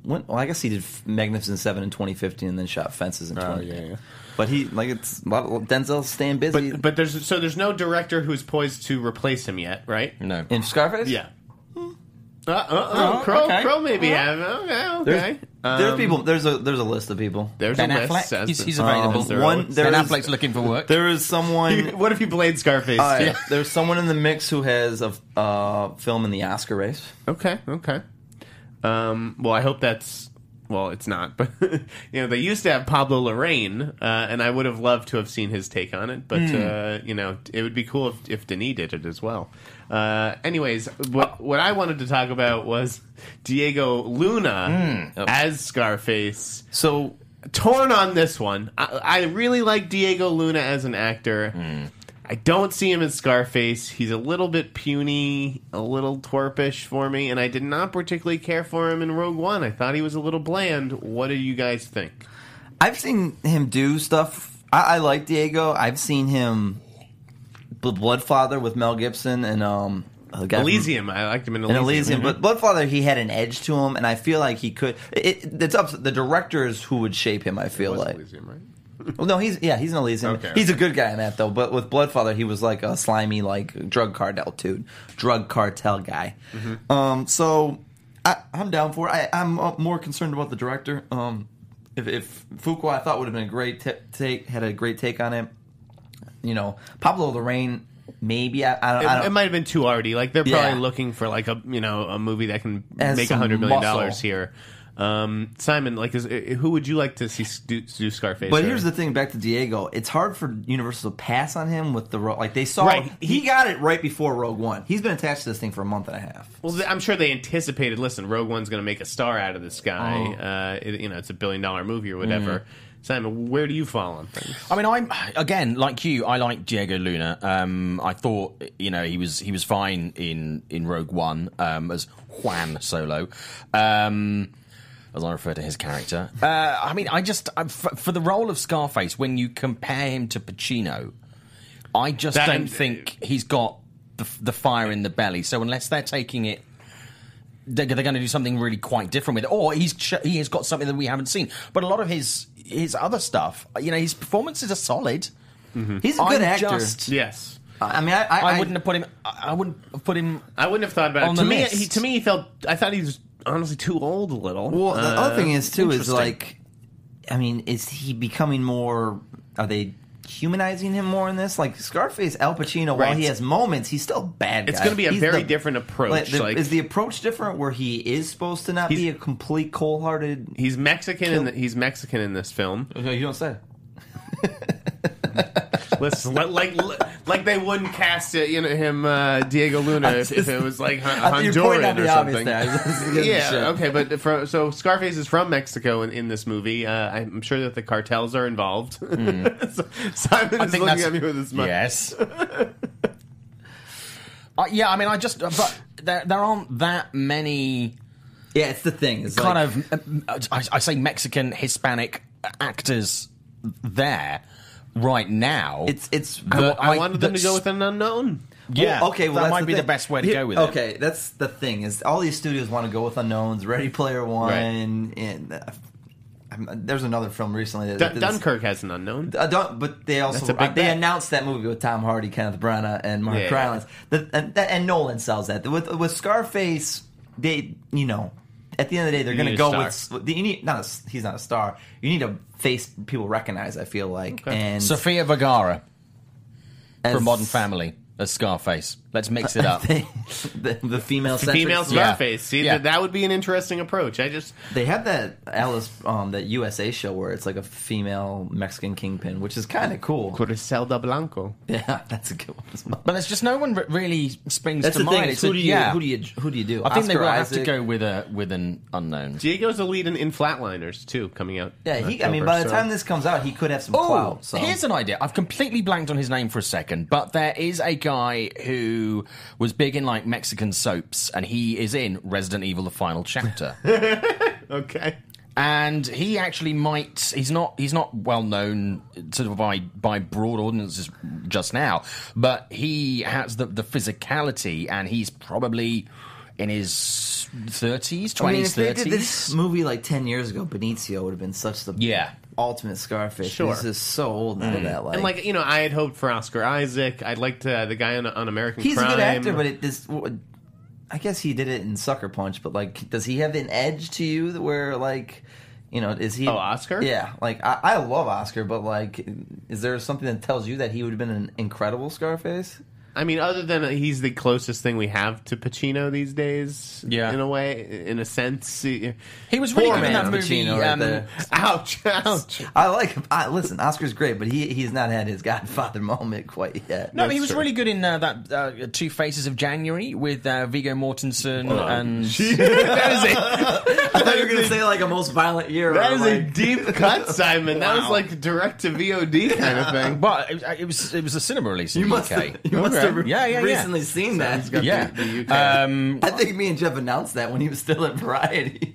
D: when, well, I guess he did Magnificent Seven in 2015 and then shot Fences in 20.
C: Oh, yeah, yeah.
D: But he like it's a lot of, Denzel's staying busy.
A: But but there's so there's no director who's poised to replace him yet, right?
C: No.
D: in Scarface,
A: Yeah. Uh, uh, oh,
C: Oh,
A: Crow,
C: okay.
A: Crow maybe have. Okay,
D: There's,
A: okay.
D: there's
A: Um,
D: people. There's a there's a list of people.
A: There's
C: Ben
A: a list.
C: Affleck?
A: says
C: He's- he's
A: the-
C: available.
A: says there
D: One-
A: are lists.
D: there
C: Ben
D: is-
C: Affleck's looking for work.
D: There is someone.
A: what if you played Scarface?
C: Uh,
D: All right,
A: Yeah.
D: There's someone in the mix who has a uh, film in the Oscar race.
A: Okay, okay. Um, well, I hope that's well, it's not, but you know they used to have Pablo Lorraine, uh, and I would have loved to have seen his take on it. But
C: Hmm.
A: uh, you know, it would be cool if, if Denis did it as well. Uh, anyways, what what I wanted to talk about was Diego Luna
C: Hmm.
A: as Scarface
D: So
A: torn on this one. I, I really like Diego Luna as an actor.
D: Hmm.
A: I don't see him as Scarface. He's a little bit puny, a little twerpish for me, and I did not particularly care for him in Rogue One. I thought he was a little bland. What do you guys think?
D: I've seen him do stuff. I, I like Diego. I've seen him B- Bloodfather with Mel Gibson and um a guy from-
A: Elysium. I liked him in
D: and
A: Elysium.
D: Elysium, but Bloodfather he had an edge to him, and I feel like he could. It, it's up to the directors who would shape him. I feel
A: It was
D: like.
A: Elysium, right?
D: Well, no, he's yeah, he's an Elysium.
A: Okay.
D: He's a good guy in that though. But with Bloodfather, he was like a slimy, like drug cartel dude, drug cartel guy.
A: Mm-hmm.
D: Um, so I, I'm down for it. I, I'm uh, more concerned about the director. Um, if, if Fuqua, I thought would have been a great t- take, had a great take on it. You know, Pablo Lorraine, maybe I, I, don't- I
A: It,
D: don't.
A: it might have been too arty. Like they're probably
D: Yeah.
A: looking for like a you know a movie that can
D: Has
A: make a
D: some
A: hundred million
D: muscle.
A: dollars here. Um, Simon, like, is, who would you like to see do, do Scarface?
D: But
A: or-
D: here's the thing. Back to Diego, it's hard for Universal to pass on him with the ro- like they saw.
A: Right.
D: He got it right before Rogue One. He's been attached to this thing for a month and a half.
A: Well, th- I'm sure they anticipated. Listen, Rogue One's going to make a star out of this guy.
D: Oh.
A: Uh, it, you know, it's a billion dollar movie or whatever. Simon, where do you fall on things?
C: I mean, I'm again like you. I like Diego Luna. Um, I thought you know he was he was fine in in Rogue One um, as Juan Solo, um, as I refer to his character. Uh, I mean, I just I, for, for the role of Scarface when you compare him to Pacino, I just
A: That-
C: don't think he's got the, the fire in the belly. So unless they're taking it they're, they're going to do something really quite different with it, or he's ch- he has got something that we haven't seen. But a lot of his his other stuff, you know, his performances are solid.
A: Mm-hmm.
D: He's a good
C: I'm
D: actor.
C: just-
A: Yes,
D: I mean, I, I,
C: I, wouldn't have put him. I I wouldn't have put him.
A: I wouldn't have thought about
C: On
A: it.
C: the
A: To me,
C: list.
A: he, to me, he felt. I thought he was honestly too old a little.
D: Well, the
A: Uh,
D: other thing is too is
C: interesting.
D: like, I mean, is he becoming more? Are they humanizing him more in this? Like Scarface, Al Pacino, while
A: Right.
D: he has moments, he's still a bad.
A: It's
D: guy.
A: gonna be a
D: He's
A: very different approach,
D: the-
A: like-
D: is the approach different where he is supposed to not be
A: He's-
D: a complete cold-hearted?
A: he's Mexican. In the, he's Mexican in this film.
D: you don't say.
A: Listen, li- like li- like they wouldn't cast it, you know, him uh, Diego Luna if, if it was like Hon-
D: You're pointing out
A: Honduran or
D: the obvious
A: something.
D: there. This is getting shit.
A: yeah, okay, but from, so Scarface is from Mexico in, in this movie. Uh, I'm sure that the cartels are involved.
D: Hmm.
A: So Simon is looking at me with his mouth.
C: yes. Uh, yeah, I mean, I just but there, there aren't that many
D: Yeah, it's the thing. It's
C: kind
D: like-
C: of um, I, I say Mexican Hispanic actors there right now.
D: it's it's.
C: But
A: I,
C: I-
A: wanted them to
C: that's-
A: go with an unknown.
C: yeah,
D: Well, oh, okay, well,
C: that
D: that's
C: might be the
D: thing.
C: best way to
D: Here-
C: go with it.
D: Okay, that's the thing is all these studios want to go with unknowns, Ready Player One, and uh, I'm, there's another film recently that,
A: Dun-
D: that-
A: Dunkirk has an unknown.
D: Uh, don't, but they also
A: That's a big
D: uh, they
A: bet.
D: announced that movie with Tom Hardy, Kenneth Branagh, and Mark
A: Yeah.
D: Rylance, The- and, that- and Nolan sells that with with Scarface. They, you know, at the end of the day, they're
A: You
D: going to
A: need
D: go
A: a
D: with with you need not a s he's not a star. You need a face people recognize. I feel like
A: Okay.
D: and
C: Sophia Vergara
D: and
C: from Modern Family as Scarface. Let's mix it up.
D: they- the, the
A: Female
D: female centric- Yeah.
A: Scarface. See,
C: Yeah.
A: that, that would be an interesting approach. I just
D: They have that Alice, um, that USA show where it's like a female Mexican kingpin, which is kind of cool.
A: Griselda Blanco.
D: Yeah, that's a good one. As well.
C: But there's just no one re- really springs
D: That's
C: to
D: the
C: mind.
D: thing. Is
C: It's
D: who
C: a-
D: do you? Who do you? Who do you do?
C: I think they
D: Oscar
C: will have to
D: Isaac?
C: go with a with an unknown.
A: Diego's the lead in, in Flatliners too, coming out.
D: Yeah,
A: in
D: he. I mean,
A: October,
D: by the
A: so-
D: time this comes out, he could have some
C: Oh,
D: clout. So.
C: here's an idea. I've completely blanked on his name for a second, but there is a guy who was big in like Mexican soaps, and he is in Resident Evil: The Final Chapter.
A: okay.
C: and he actually might he's not he's not well known sort of by by broad audiences just now but he has the the physicality and he's probably in his 30s 20s
D: I mean, if they
C: 30s
D: did this movie like ten years ago, Benicio would have been such the
C: Yeah.
D: ultimate Scarface.
A: Sure.
D: He's just so old now that like,
A: And like you know, I had hoped for Oscar Isaac. I'd like to the guy on, on American
D: he's
A: Crime.
D: a good actor, but it this. w- I guess he did it in Sucker Punch, but like, does he have an edge to you that where like, you know, is he?
A: Oh, Oscar?
D: Yeah, like I, I love Oscar, but like, is there something that tells you that he would have been an incredible Scarface?
A: I mean, other than he's the closest thing we have to Pacino these days.
C: Yeah.
A: in a way, in a sense. He-
C: he was really
A: Poor
C: good in
A: man
C: that movie
D: Pacino right
C: um,
D: there.
A: Ouch! Ouch!
D: I like him. I, listen, Oscar's great, but he he's not had his Godfather moment quite yet.
C: no, he was really good in uh, that uh, Two Faces of January with uh, Vigo Mortensen and
D: um, I thought you were gonna say like a most violent year.
A: That
D: or,
A: is a
D: like-
A: deep cut, Simon. That was
D: Wow.
A: like direct to VOD kind of thing.
C: well, it, uh, it was it was a cinema release in
D: You
C: the
D: must
C: UK.
D: have, you must
C: Okay.
D: have re-
C: yeah, yeah, yeah.
D: recently seen that.
C: yeah.
A: The- the UK.
C: Um,
D: I think me and Jeff announced that when he was still at Variety.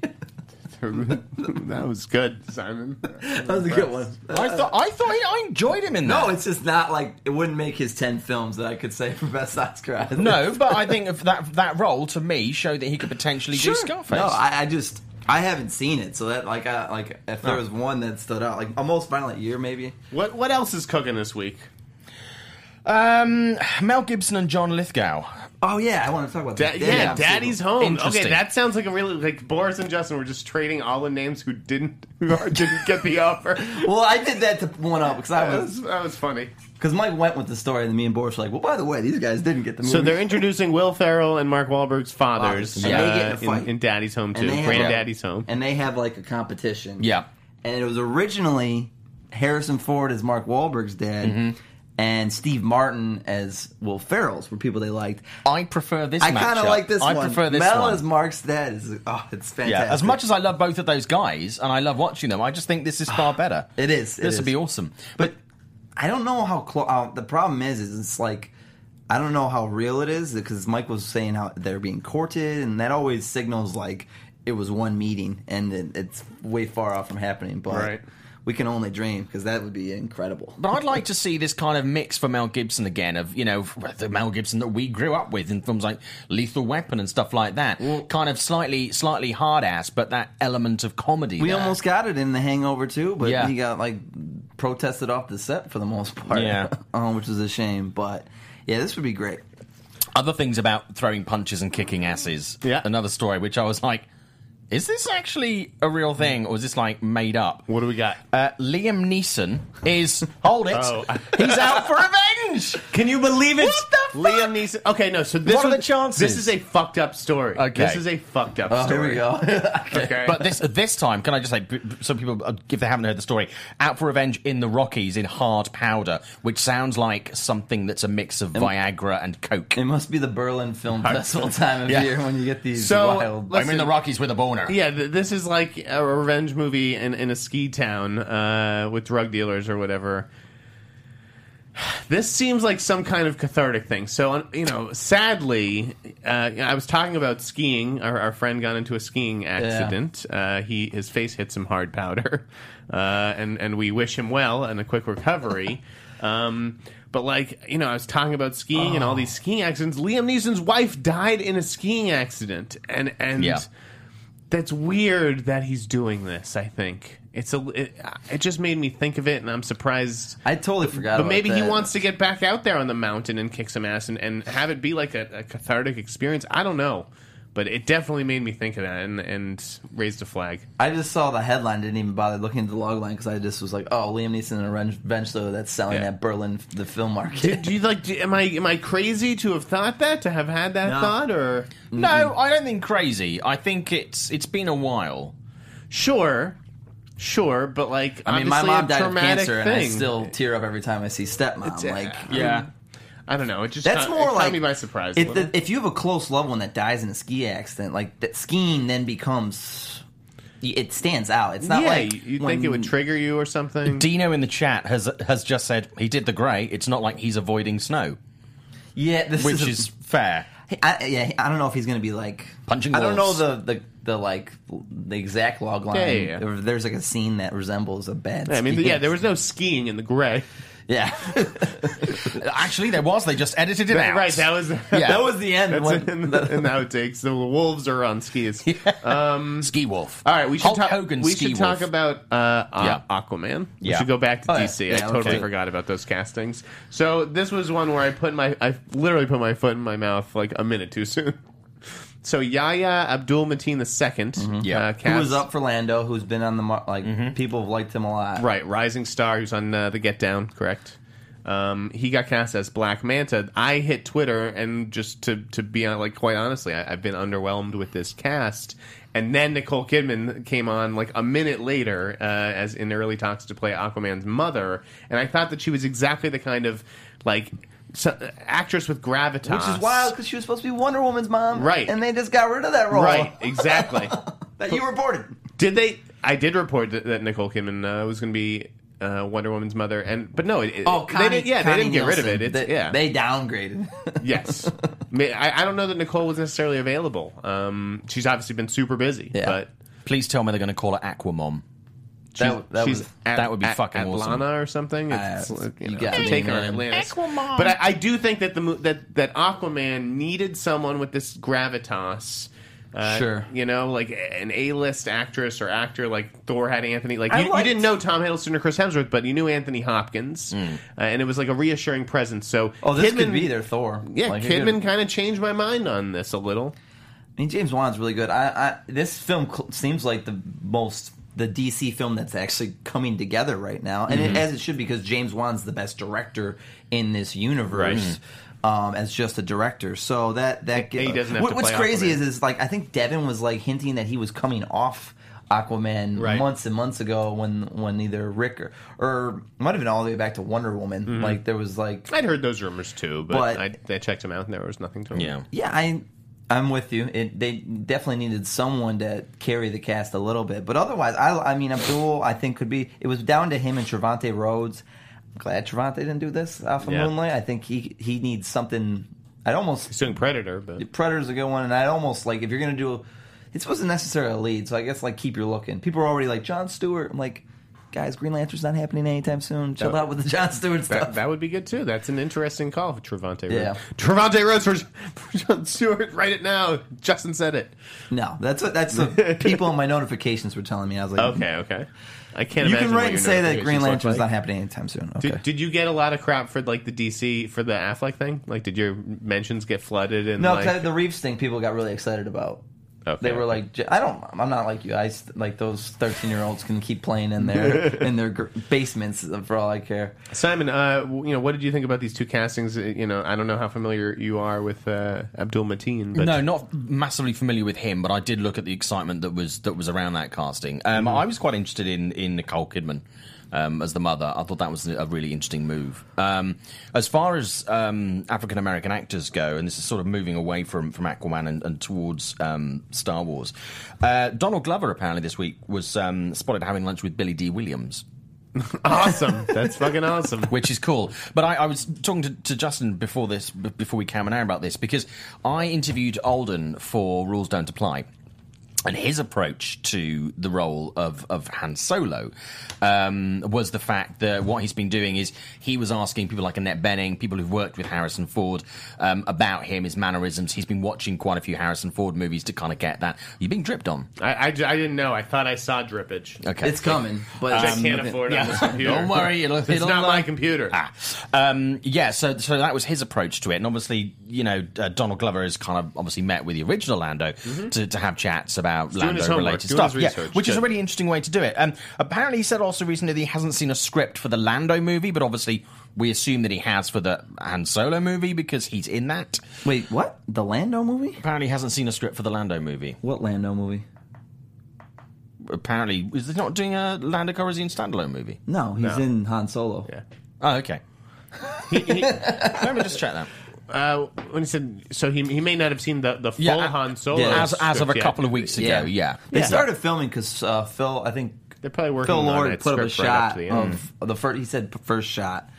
A: that was good, Simon.
D: that was a good one.
C: I thought I thought he, I enjoyed him in that.
D: No, it's just not like it wouldn't make his ten films that I could say for best Oscar. Isaac.
C: No, but I think if that that role to me showed that he could potentially do Scarface.
D: No, I, I just I haven't seen it, so that like I like if
A: Oh.
D: there was one that stood out, like a most violent year maybe.
A: What What else is cooking this week?
C: um, Mel Gibson and John Lithgow.
D: Oh yeah, I want to talk about
A: Da-
D: that.
A: yeah,
D: Damn.
A: Daddy's home.
C: Interesting.
A: Okay, that sounds like a really like Boris and Justin were just trading all the names who didn't who are- didn't get the offer.
D: Well, I did that to one up because I
A: That
D: was
A: was, that was funny.
D: because Mike went with the story, and me and Boris were like, well, by the way, these guys didn't get the movie.
A: So they're introducing Will Ferrell and Mark Wahlberg's fathers
D: Fathers. And they get in a
A: uh,
D: fight.
A: in, in Daddy's home too,
D: And they have-
A: Granddaddy's home.
D: and they have like a competition.
C: Yeah.
D: And it was originally Harrison Ford as Mark Wahlberg's dad
C: Mm-hmm.
D: and Steve Martin as Will Ferrell's were people they liked.
C: I prefer this.
D: I kind of
C: matchup.
D: like this
C: I
D: one.
C: prefer this
D: Mel
C: one.
D: as Mark's dad is oh, it's
C: yeah,
D: fantastic.
C: as much as I love both of those guys and I love watching them, I just think this is far better.
D: Ah, It is, it
C: this would
D: is.
C: be awesome.
D: but I don't know how close. The problem is, is it's like I don't know how real it is because Mike was saying how they're being courted, and that always signals like it was one meeting, and it, it's way far off from happening. But
A: Right.
D: we can only dream because that would be incredible.
C: But I'd like to see this kind of mix for Mel Gibson again, of you know the Mel Gibson that we grew up with in films like Lethal Weapon and stuff like that. kind of slightly, slightly hard ass, but that element of comedy.
D: We
C: there.
D: almost got it in The Hangover too, but
C: Yeah.
D: he got like protested off the set for the most part,
C: Yeah.
D: um, which was a shame. But yeah, this would be great.
C: other things about throwing punches and kicking asses.
A: Yeah.
C: Another story, which I was like, is this actually a real thing or is this like made up?
A: What do we got?
C: Uh, Liam Neeson is hold it.
A: Oh.
C: He's out for revenge.
A: Can you believe it?
C: What the fuck?
A: Liam Neeson. Okay, no. So this
C: What are
A: was-
C: the chances?
A: This is a fucked up story.
C: Okay.
A: This is a fucked up
D: Oh,
A: story.
D: here we go.
A: Okay.
C: But this this time, can I just say, b- b- some people, uh, if they haven't heard the story, Out for Revenge in the Rockies in hard powder, which sounds like something that's a mix of Viagra and Coke.
D: it must be the Berlin Film Festival time of
C: Yeah.
D: year when you get these
A: So,
D: wild.
A: let's-
C: I'm in the Rockies with a boner.
A: Yeah, th- this is like a revenge movie in, in a ski town uh, with drug dealers or whatever. This seems like some kind of cathartic thing. So, on- you know, sadly, uh, I was talking about skiing. Our, our friend got into a skiing accident. Uh, he his face hit some hard powder, uh, and and we wish him well and a quick recovery. um, but like you know, I was talking about skiing and all these skiing accidents. Liam Neeson's wife died in a skiing accident, and and
C: Yeah.
A: that's weird that he's doing this. I think it's a. It, it just made me think of it, and I'm surprised.
D: I totally forgot.
A: But
D: about
A: maybe he
D: that.
A: wants to get back out there on the mountain and kick some ass and, and have it be like a, a cathartic experience. I don't know, but it definitely made me think of that and and raised a flag.
D: I just saw the headline, didn't even bother looking at the log line because I just was like, "Oh, Liam Neeson and Revenge, Revenge Story that's selling
A: Yeah.
D: at Berlin the film market."
A: Do, do you like? Do, am I am I crazy to have thought that to have had that
D: No.
A: thought or?
C: No, I don't think crazy. I think it's it's been a while.
A: Sure, sure, but like
D: I mean, my mom died of cancer,
A: thing.
D: and I still tear up every time I see Stepmom.
A: It's-
D: like,
C: Yeah.
A: I don't know. It just
D: that's
A: caught- it
D: more
A: caught
D: like
A: me by surprise. a
D: If,
A: little.
D: the, if you have a close loved one that dies in a ski accident, like that skiing then becomes it stands out. It's not
A: yeah,
D: like
A: you you'd
D: when-
A: think it would trigger you or something.
C: Dino in the chat has has just said he did the grey. It's not like he's avoiding snow,
D: Yeah, this
C: which
D: is, a-
C: is fair.
D: I, yeah, I don't know if he's going to be like
C: Punching
D: I don't know
C: walls.
D: the the the like the exact log line.
A: Yeah, yeah, yeah.
D: If There's like a scene that resembles a bad.
A: I mean,
D: ski
A: yeah, there was no skiing in the gray.
D: Yeah,
C: Actually, there was. They just edited it out.
A: Right, that was
D: that was the end.
A: that's
D: when-
A: in the, in the outtakes. The wolves are on skis.
C: Ski Wolf.
A: All right, we should
C: Hulk
A: talk.
C: Hogan
A: we
C: Ski
A: should
C: Wolf.
A: talk about uh, uh,
C: Yeah.
A: Aquaman. We
C: Yeah.
A: should go back to
D: Oh, yeah.
A: DC. I
D: Yeah,
A: totally
D: okay.
A: forgot about those castings. So this was one where I put my, I literally put my foot in my mouth like a minute too soon. So Yahya Abdul Mateen II,
C: Mm-hmm. Yeah.
A: uh,
D: who
A: cast- Mm-hmm.
D: was up for Lando? Who's been on the mar- like people have liked him a lot.
A: Right, rising star who's on uh, the Get Down, correct? Um, he got cast as Black Manta. I hit Twitter and just to to be on, like quite honestly, I, I've been underwhelmed with this cast. And then Nicole Kidman came on like a minute later uh, as in early talks to play Aquaman's mother, and I thought that she was exactly the kind of like so, actress with gravitas,
D: Which is wild because she was supposed to be Wonder Woman's mom,
A: Right.
D: And they just got rid of that role,
A: Right, exactly.
D: That you reported.
A: Did they? I did report that, that Nicole Kidman uh, was going to be uh, Wonder Woman's mother, and but no, it, it-
D: Oh, Connie,
A: they didn't, yeah,
D: Connie
A: they didn't get rid of
D: Nielsen.
A: it. It's,
D: they,
A: yeah,
D: they downgraded.
A: yes. Ma- I, I don't know that Nicole was necessarily available. Um, she's obviously been super busy,
D: Yeah.
A: but
C: Please tell me they're going to call it Aquamom.
A: she's,
D: That- that
A: she's
D: was-
A: at,
C: that would be
A: at-
C: fucking
A: Atlanta
C: awesome.
A: or something. It's,
D: Uh,
A: like, you,
D: you
A: know,
D: got
A: to
D: me,
A: take her
D: man.
A: Atlantis. But I, I do think that the mo- that that Aquaman needed someone with this gravitas. Uh,
D: Sure.
A: you know, like an A-list actress or actor, like Thor had Anthony. Like
D: I
A: you, you
D: liked-
A: didn't know Tom Hiddleston or Chris Hemsworth, but you knew Anthony Hopkins, uh, and it was like a reassuring presence. So,
D: Mm. Oh, this
A: Kidman,
D: could be their Thor.
A: Yeah,
D: Like, it could-
A: Kidman kind of changed my mind on this a little.
D: I mean, James Wan's really good. I, I this film cl- seems like the most the DC film that's actually coming together right now, and
A: Mm-hmm.
D: it, as it should because James Wan's the best director in this universe. Um, as just a director, so that that
A: And he doesn't have to
D: what's
A: play
D: crazy
A: Aquaman.
D: is is like I think Devin was like hinting that he was coming off Aquaman
A: Right.
D: months and months ago when when either Rick or, or it might have been all the way back to Wonder Woman.
A: Mm-hmm.
D: Like there was like
A: I'd heard those rumors too, but,
D: But-
A: I, I checked them out and there was nothing to them.
C: Yeah.
D: Yeah, I I'm with you. It, they definitely needed someone to carry the cast a little bit, but otherwise, I I mean Abdul, I think could be. It was down to him and Trevante Rhodes. I'm glad Trevante didn't do this off of
A: Yeah.
D: Moonlight. I think he he needs something. I'd almost
A: He's doing Predator, but
D: Predator's a good one, and I'd almost like if you're gonna do. It wasn't necessarily a lead, so I guess like keep your looking. People are already like John Stewart. I'm like, guys, Green Lantern's not happening anytime soon. Chill
A: That-
D: out with the John Stewart stuff.
A: that, that would be good too. That's an interesting call for Trevante Rhodes.
D: Yeah.
A: Trevante Rhodes for, for John Stewart. Write it now. Justin said it.
D: no, that's what that's the people in my notifications were telling me. I was like,
A: Okay, okay. I can't.
D: You
A: imagine
D: can
A: what
D: write
A: your
D: and say that
A: notifications
D: Green
A: look
D: Lantern's
A: like.
D: not happening anytime soon. Okay.
A: Did, did you get a lot of crap for like the DC for the Affleck thing? Like, did your mentions get flooded? And
D: no, 'cause
A: like,
D: the Reeves thing people got really excited about.
A: Okay,
D: They were
A: okay.
D: like, "J- I don't, I'm not like you. I st- like those 13 year olds can keep playing in their in their gr- basements uh, for all I care.
A: Simon, uh, w- you know, what did you think about these two castings? Uh, You know, I don't know how familiar you are with uh, Abdul Mateen, but
C: no, not massively familiar with him, but I did look at the excitement that was that was around that casting. Um, I was quite interested in in Nicole Kidman um, as the mother. I thought that was a really interesting move. Um, as far as um, African American actors go, and this is sort of moving away from from Aquaman and, and towards um, Star Wars. Uh, Donald Glover apparently this week was um, spotted having lunch with Billy D. Williams.
A: awesome. That's fucking awesome.
C: which is cool. But I, I was talking to, to Justin before this, b- before we came on air about this, because I interviewed Alden for Rules Don't Apply. And his approach to the role of, of Han Solo um, was the fact that what he's been doing is he was asking people like Annette Benning, people who've worked with Harrison Ford, um, about him, his mannerisms. He's been watching quite a few Harrison Ford movies to kind of get that. You're being dripped on.
A: I, I, j- I didn't know. I thought I saw drippage.
C: Okay.
D: It's coming, but
A: Which
D: it's-
A: I can't afford on this computer.
C: Don't worry, it'll-
A: it's
C: it'll
A: not my
C: like-
A: computer.
C: Ah, um, yeah. So, so that was his approach to it, and obviously, you know, uh, Donald Glover has kind of obviously met with the original Lando to, to have chats about
A: doing
C: Lando
A: his homework,
C: related
A: doing
C: stuff,
A: his
C: yeah,
A: research,
C: which is a
A: good.
C: really interesting way to do it. Um, apparently, he said also recently that he hasn't seen a script for the Lando movie, but obviously, we assume that he has for the Han Solo movie because he's in that.
D: wait, what? The Lando movie?
C: Apparently, he hasn't seen a script for the Lando movie.
D: What Lando movie?
C: Apparently, is he not doing a Lando Calrissian standalone movie?
D: No, he's in Han Solo.
A: Yeah.
C: Oh, okay. Let me just check that.
A: Uh, when he said, so he, he may not have seen the, the full
C: Yeah, a-
A: Han Solo.
D: yeah,
C: As, as of a
A: script yet.
C: couple of weeks ago,
D: Yeah.
C: yeah.
D: They started filming because uh, Phil, I think
A: They're probably working
D: Phil
A: on
D: Lord
A: that
D: put up a
A: script right up
D: shot
A: to the end.
D: of the first. He said p- first shot.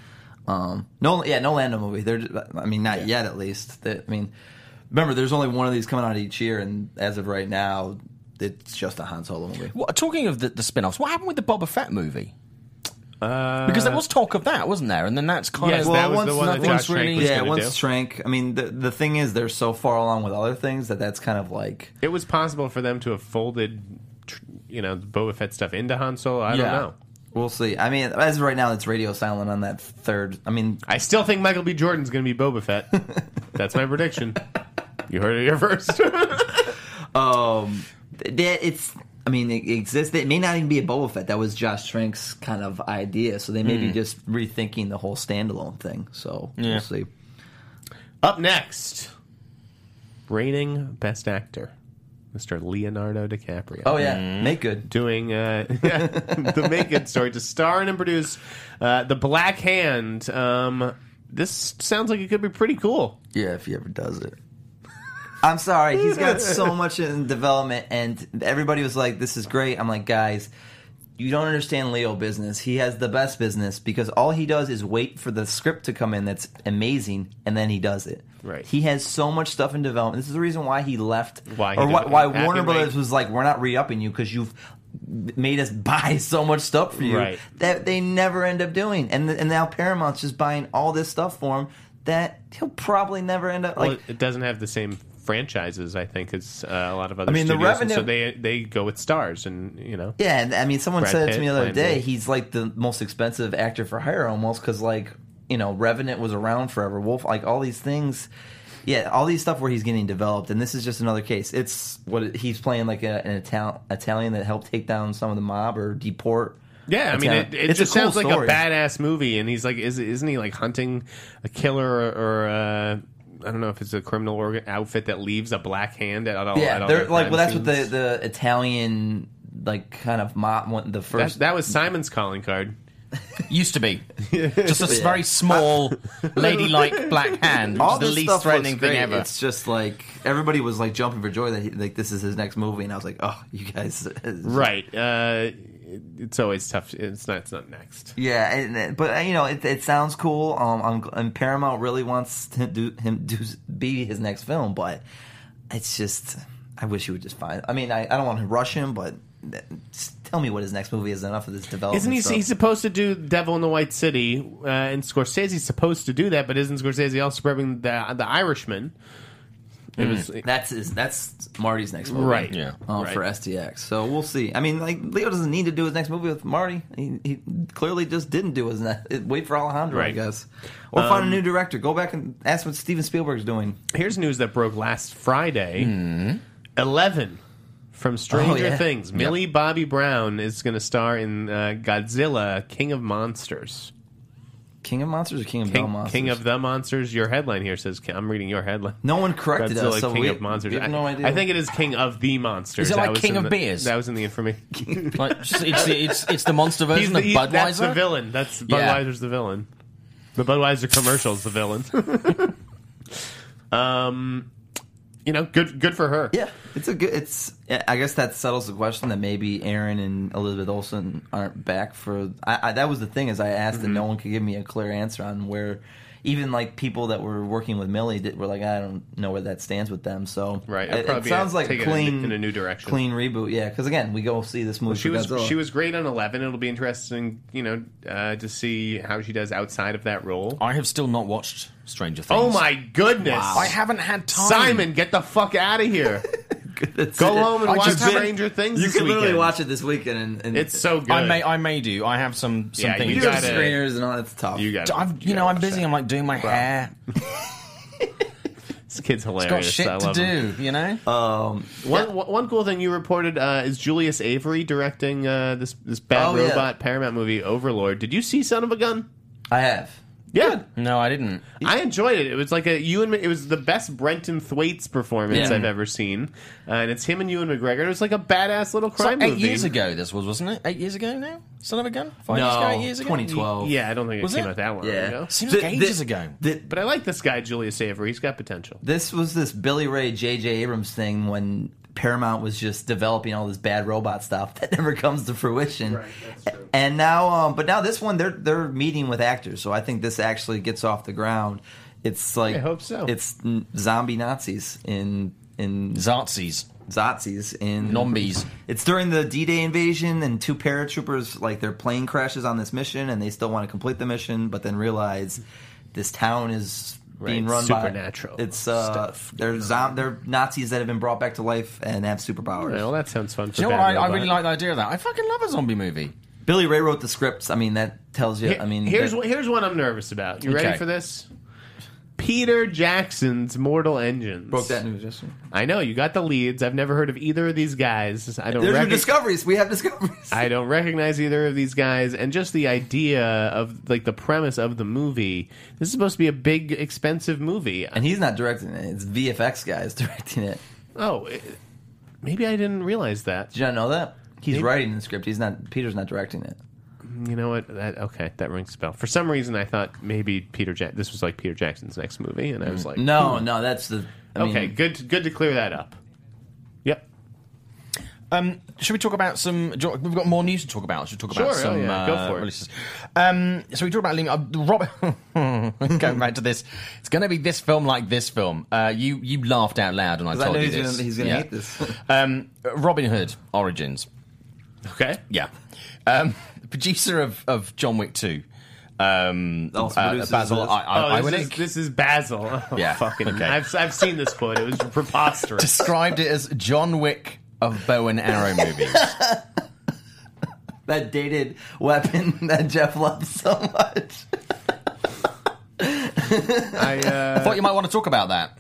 D: Um, no, yeah, no Lando movie. There, I mean, not yet at least. They- I mean, remember, there's only one of these coming out each year, and as of right now, it's just a Han Solo movie.
C: What, talking of the, the spin offs, what happened with the Boba Fett movie?
A: Uh,
C: because there was talk of that, wasn't there? And then that's kind
A: Yes,
C: of.
D: Well,
A: that was
D: once
A: the one that
D: nothing's
A: Josh Trank
C: really-
A: was
D: yeah,
A: going to do.
D: once Trank. I mean, the the thing is, they're so far along with other things that that's kind of like
A: It was possible for them to have folded, tr- you know, Boba Fett stuff into Han Solo. I don't know.
D: We'll see. I mean, as of right now, it's radio silent on that third. I mean,
A: I still think Michael B. Jordan's going to be Boba Fett. That's my prediction. You heard it here first.
D: um, th- that it's. I mean, it exists. It may not even be a Boba Fett. That was Josh Trank's kind of idea. So they may be just rethinking the whole standalone thing. So
C: Yeah.
D: we'll see.
A: Up next, reigning best actor, Mr. Leonardo DiCaprio.
D: Oh yeah, make good.
A: doing uh, the Make It story to star in and produce uh, The Black Hand. Um, this sounds like it could be pretty cool.
D: Yeah, if he ever does it. I'm sorry, he's got so much in development, and everybody was like, "This is great." I'm like, guys. You don't understand Leo business. He has the best business because all he does is wait for the script to come in that's amazing, and then he does it.
A: Right.
D: He has so much stuff in development. This is the reason why he left,
A: Why he
D: or why,
A: did it.
D: why
A: Happy
D: Warner
A: Mike.
D: Brothers was like, "We're not re-upping you because you've made us buy so much stuff for you
A: Right.
D: that they never end up doing." And and now Paramount's just buying all this stuff for him that he'll probably never end up like.
A: well, it doesn't have the same franchises, I think, as uh, a lot of other
D: I mean, the
A: studios. and so they
D: revenue-
A: they go with stars, and you know,
D: Yeah, and, I mean, someone
A: Brad
D: said it
A: Pitt
D: to me the other
A: playing
D: day.
A: Blade.
D: He's like the most expensive actor for hire almost because, like, you know, Revenant was around forever. Wolf, like, all these things. Yeah, all these stuff where he's getting developed, and this is just another case. It's what it- he's playing like a, an Ital- Italian that helped take down some of the mob or deport.
A: yeah. I mean, it,
D: Italian-
A: it
D: It's a
A: just
D: cool
A: sounds like
D: story.
A: a badass movie, and he's like, is, isn't he like hunting a killer or? or uh, I don't know if it's a criminal org- outfit that leaves a black hand at all. at
D: Yeah,
A: all
D: they're
A: their
D: like, well, that's
A: crime
D: what the
A: scenes.
D: the Italian like kind of mob one the
A: that,
D: first.
A: that was Simon's calling card.
C: Used to be. Just a very small, ladylike black hand, which
D: all
C: is the
D: this
C: least
D: stuff
C: threatening
D: looks
C: thing
D: great.
C: ever.
D: It's just like everybody was like jumping for joy that he, like this is his next movie, and I was like, oh, you guys,
A: Right. Uh, it- it's always tough. It's not. It's not next.
D: Yeah, and, and- but uh, you know, it, it sounds cool. Um, I'm, gl- and Paramount really wants to do him do be his next film, but it's just I wish he would just find. I mean, I, I don't want to rush him, but th- just tell me what his next movie is. Enough of this development.
A: Isn't he?
D: stuff.
A: He's supposed to do Devil in the White City, uh, and Scorsese's supposed to do that, but isn't Scorsese also prepping the the Irishman? It was
D: that's his, that's Marty's next Mm-hmm. movie,
A: right.
C: Yeah.
D: Uh,
A: Right.
D: For STX, so we'll see. I mean, like Leo doesn't need to do his next movie with Marty. He, he clearly just didn't do his. Ne- wait for Alejandro, I
A: Right. Um,
D: guess, or find a new director. Go back and ask what Steven Spielberg's doing.
A: Here's news that broke last Friday. Eleven from Stranger
D: Mm-hmm. Oh, yeah.
A: Things. Millie Bobby Brown is going to star in uh, Godzilla: King of Monsters.
D: King of Monsters or King of Bell
A: King,
D: Monsters?
A: King of the Monsters. Your headline here says. I'm reading your headline.
D: No one corrected
A: Godzilla
D: us. So
A: King
D: we,
A: of Monsters.
D: We have
A: I,
D: no idea.
A: I think it is King of the Monsters.
C: Is it
A: That
C: like
A: was
C: King
A: in
C: of
A: the-
C: beers?
A: That was in the information.
C: Like, just- it's, the- it's, it's the monster version
A: the,
C: of
A: he-
C: Budweiser.
A: That's the villain. That's Budweiser's the villain. The Budweiser commercial's the villain. um, you know, good good for her.
D: Yeah, it's a good. It's. I guess that settles the question that maybe Aaron and Elizabeth Olsen aren't back for. I, I that was the thing is I asked and
A: Mm-hmm.
D: no one could give me a clear answer on where. Even like people that were working with Millie did, were like, I don't know where that stands with them. So
A: Right, it'd
D: it, it
A: probably
D: sounds like
A: take it in a-
D: clean
A: in a new direction.
D: clean reboot. Yeah, because again, we go see this movie.
A: She
D: for
A: was
D: Godzilla.
A: she was great on Eleven. It'll be interesting, you know, uh, to see how she does outside of that role.
C: I have still not watched Stranger Things.
A: Oh my goodness!
C: I haven't had time.
A: Simon, get the fuck out of here.
D: That's
A: Go
D: it.
A: home and
D: I
A: watch
D: just haven't-
A: Stranger Things
D: You
A: this
D: could literally
A: weekend.
D: watch it this weekend, and, and
A: It's so good.
C: I may, I may do. I have some, some
A: Yeah, you
C: things.
D: you
C: to
D: got
A: gotta-
C: do.
D: screeners and all that's tough.
A: you got
C: I've, you know, I'm busy. I'm like doing my hair.
A: This kid's hilarious.
C: Got
A: I
C: shit to
A: love him.
C: do. You know.
D: Um,
A: One, one- one cool thing you reported uh, is Julius Avery directing uh, this this bad
D: Oh, yeah.
A: robot Paramount movie Overlord. Did you see Son of a Gun?
D: I have.
A: Yeah,
C: no, I didn't.
A: I enjoyed it. It was like a you and it was the best Brenton Thwaites performance
D: Yeah.
A: I've ever seen, uh, and it's him and Ewan McGregor. It was like a badass little
C: It's
A: crime
C: like eight
A: movie.
C: years ago, this was, wasn't it? Eight years ago now? Son of a gun? Five years ago? Eight years ago?
D: 2012.
A: Yeah, I don't think it
C: Was
A: came
C: it?
A: out that long
D: Yeah.
A: ago.
C: Seems like ages ago.
D: the-
A: But I like this guy Julius Avery. He's got potential.
D: this was this Billy Ray J.J. Abrams thing when Paramount was just developing all this bad robot stuff that never comes to fruition. Right, that's true. And now, um, but now this one they're they're meeting with actors, so I think this actually gets off the ground. It's like
A: I hope so.
D: It's n- zombie Nazis in in
C: Zartsies.
D: Zotzies in
C: Nombies.
D: It's during the D-Day invasion, and two paratroopers like their plane crashes on this mission, and they still want to complete the mission, but then realize this town is being
A: Right,
D: run
A: supernatural
D: by it's uh,
A: stuff.
D: They're zom- they're Nazis that have been brought back to life and have superpowers.
A: Well, that sounds fun. For
C: Do you know what?
A: Bad
C: I, I
A: Robot.
C: really like the idea of that. I fucking love a zombie movie.
D: Billy Ray wrote the scripts. I mean, that tells you.
A: Here-
D: I mean,
A: here's
D: that-
A: what here's what I'm nervous about. You ready
C: Okay.
A: for this? Peter Jackson's Mortal Engines.
D: broke that news. Yes, sir.
A: I know you got the leads. I've never heard of either of these guys. I don't.
D: There's your
A: recog-
D: discoveries. We have discoveries.
A: I don't recognize either of these guys, and just the idea of like the premise of the movie. This is supposed to be a big, expensive movie.
D: and he's not directing it. It's VFX guys directing it.
A: oh, it- maybe I didn't realize that.
D: Did you not know that? He's writing the script. He's not. Peter's not directing it.
A: You know what? That, okay, that rings a bell. For some reason, I thought maybe Peter. Ja- this was like Peter Jackson's next movie, and I was like,
D: Mm. No, no, that's the. I
A: okay,
D: mean,
A: good, good to clear that up. Yep.
C: Um, should we talk about some? jo- We've got more news to talk about. Should we talk
A: Sure,
C: about
A: oh
C: some
A: yeah,
C: uh,
A: go for it.
C: releases? Um, so we talked about Liam- uh, Robert. going back to this, it's going to be this film like this film. Uh, you you laughed out loud, and I
D: 'cause I
C: told
D: know
C: you
D: he's
C: this.
D: gonna, he's gonna
C: Yeah.
D: hate this.
C: Um, Robin Hood Origins.
A: Okay.
C: Yeah. Um, the producer of, of John Wick 2. Um,
D: Also produces
C: Basil
D: the-
C: I, I,
A: oh, this is,
C: Iwanek
A: this is Basil. Oh,
C: Yeah,
A: Fucking.
C: okay.
A: I've I've seen this quote. It was preposterous.
C: described it as John Wick of bow and arrow movies.
D: that dated weapon that Jeff loves so much.
A: I. Uh,
C: Thought you might want to talk about that.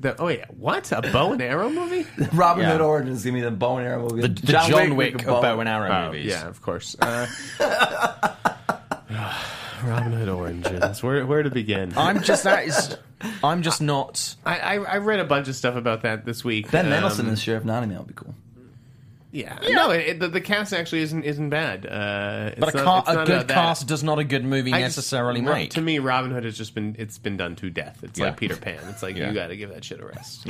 A: the, oh yeah. What? A bow and arrow movie?
D: Robin
C: Yeah.
D: Hood Origins is gonna be the bow and arrow movie.
C: The, the John, Wick, of bow and arrow
A: Oh,
C: movies.
A: yeah, of course. Uh, Robin Hood Origins. Where where to begin? I,
C: I'm just that is. I'm just not.
A: I I read a bunch of stuff about that this week.
D: Ben
A: Um,
D: Mendelsohn and Sheriff Nottingham would be cool.
A: Yeah. No, it, it- the, the cast actually isn't isn't bad. Uh,
C: But
A: it's not-
C: a, ca-
A: it's
C: a
A: not
C: good
A: about that.
C: cast does not a good movie
A: I just-
C: necessarily
A: Ro-
C: make.
A: To me, Robin Hood has just been it's been done to death. It's
C: Yeah.
A: like Peter Pan. It's like
C: Yeah.
A: you got to give that shit a rest.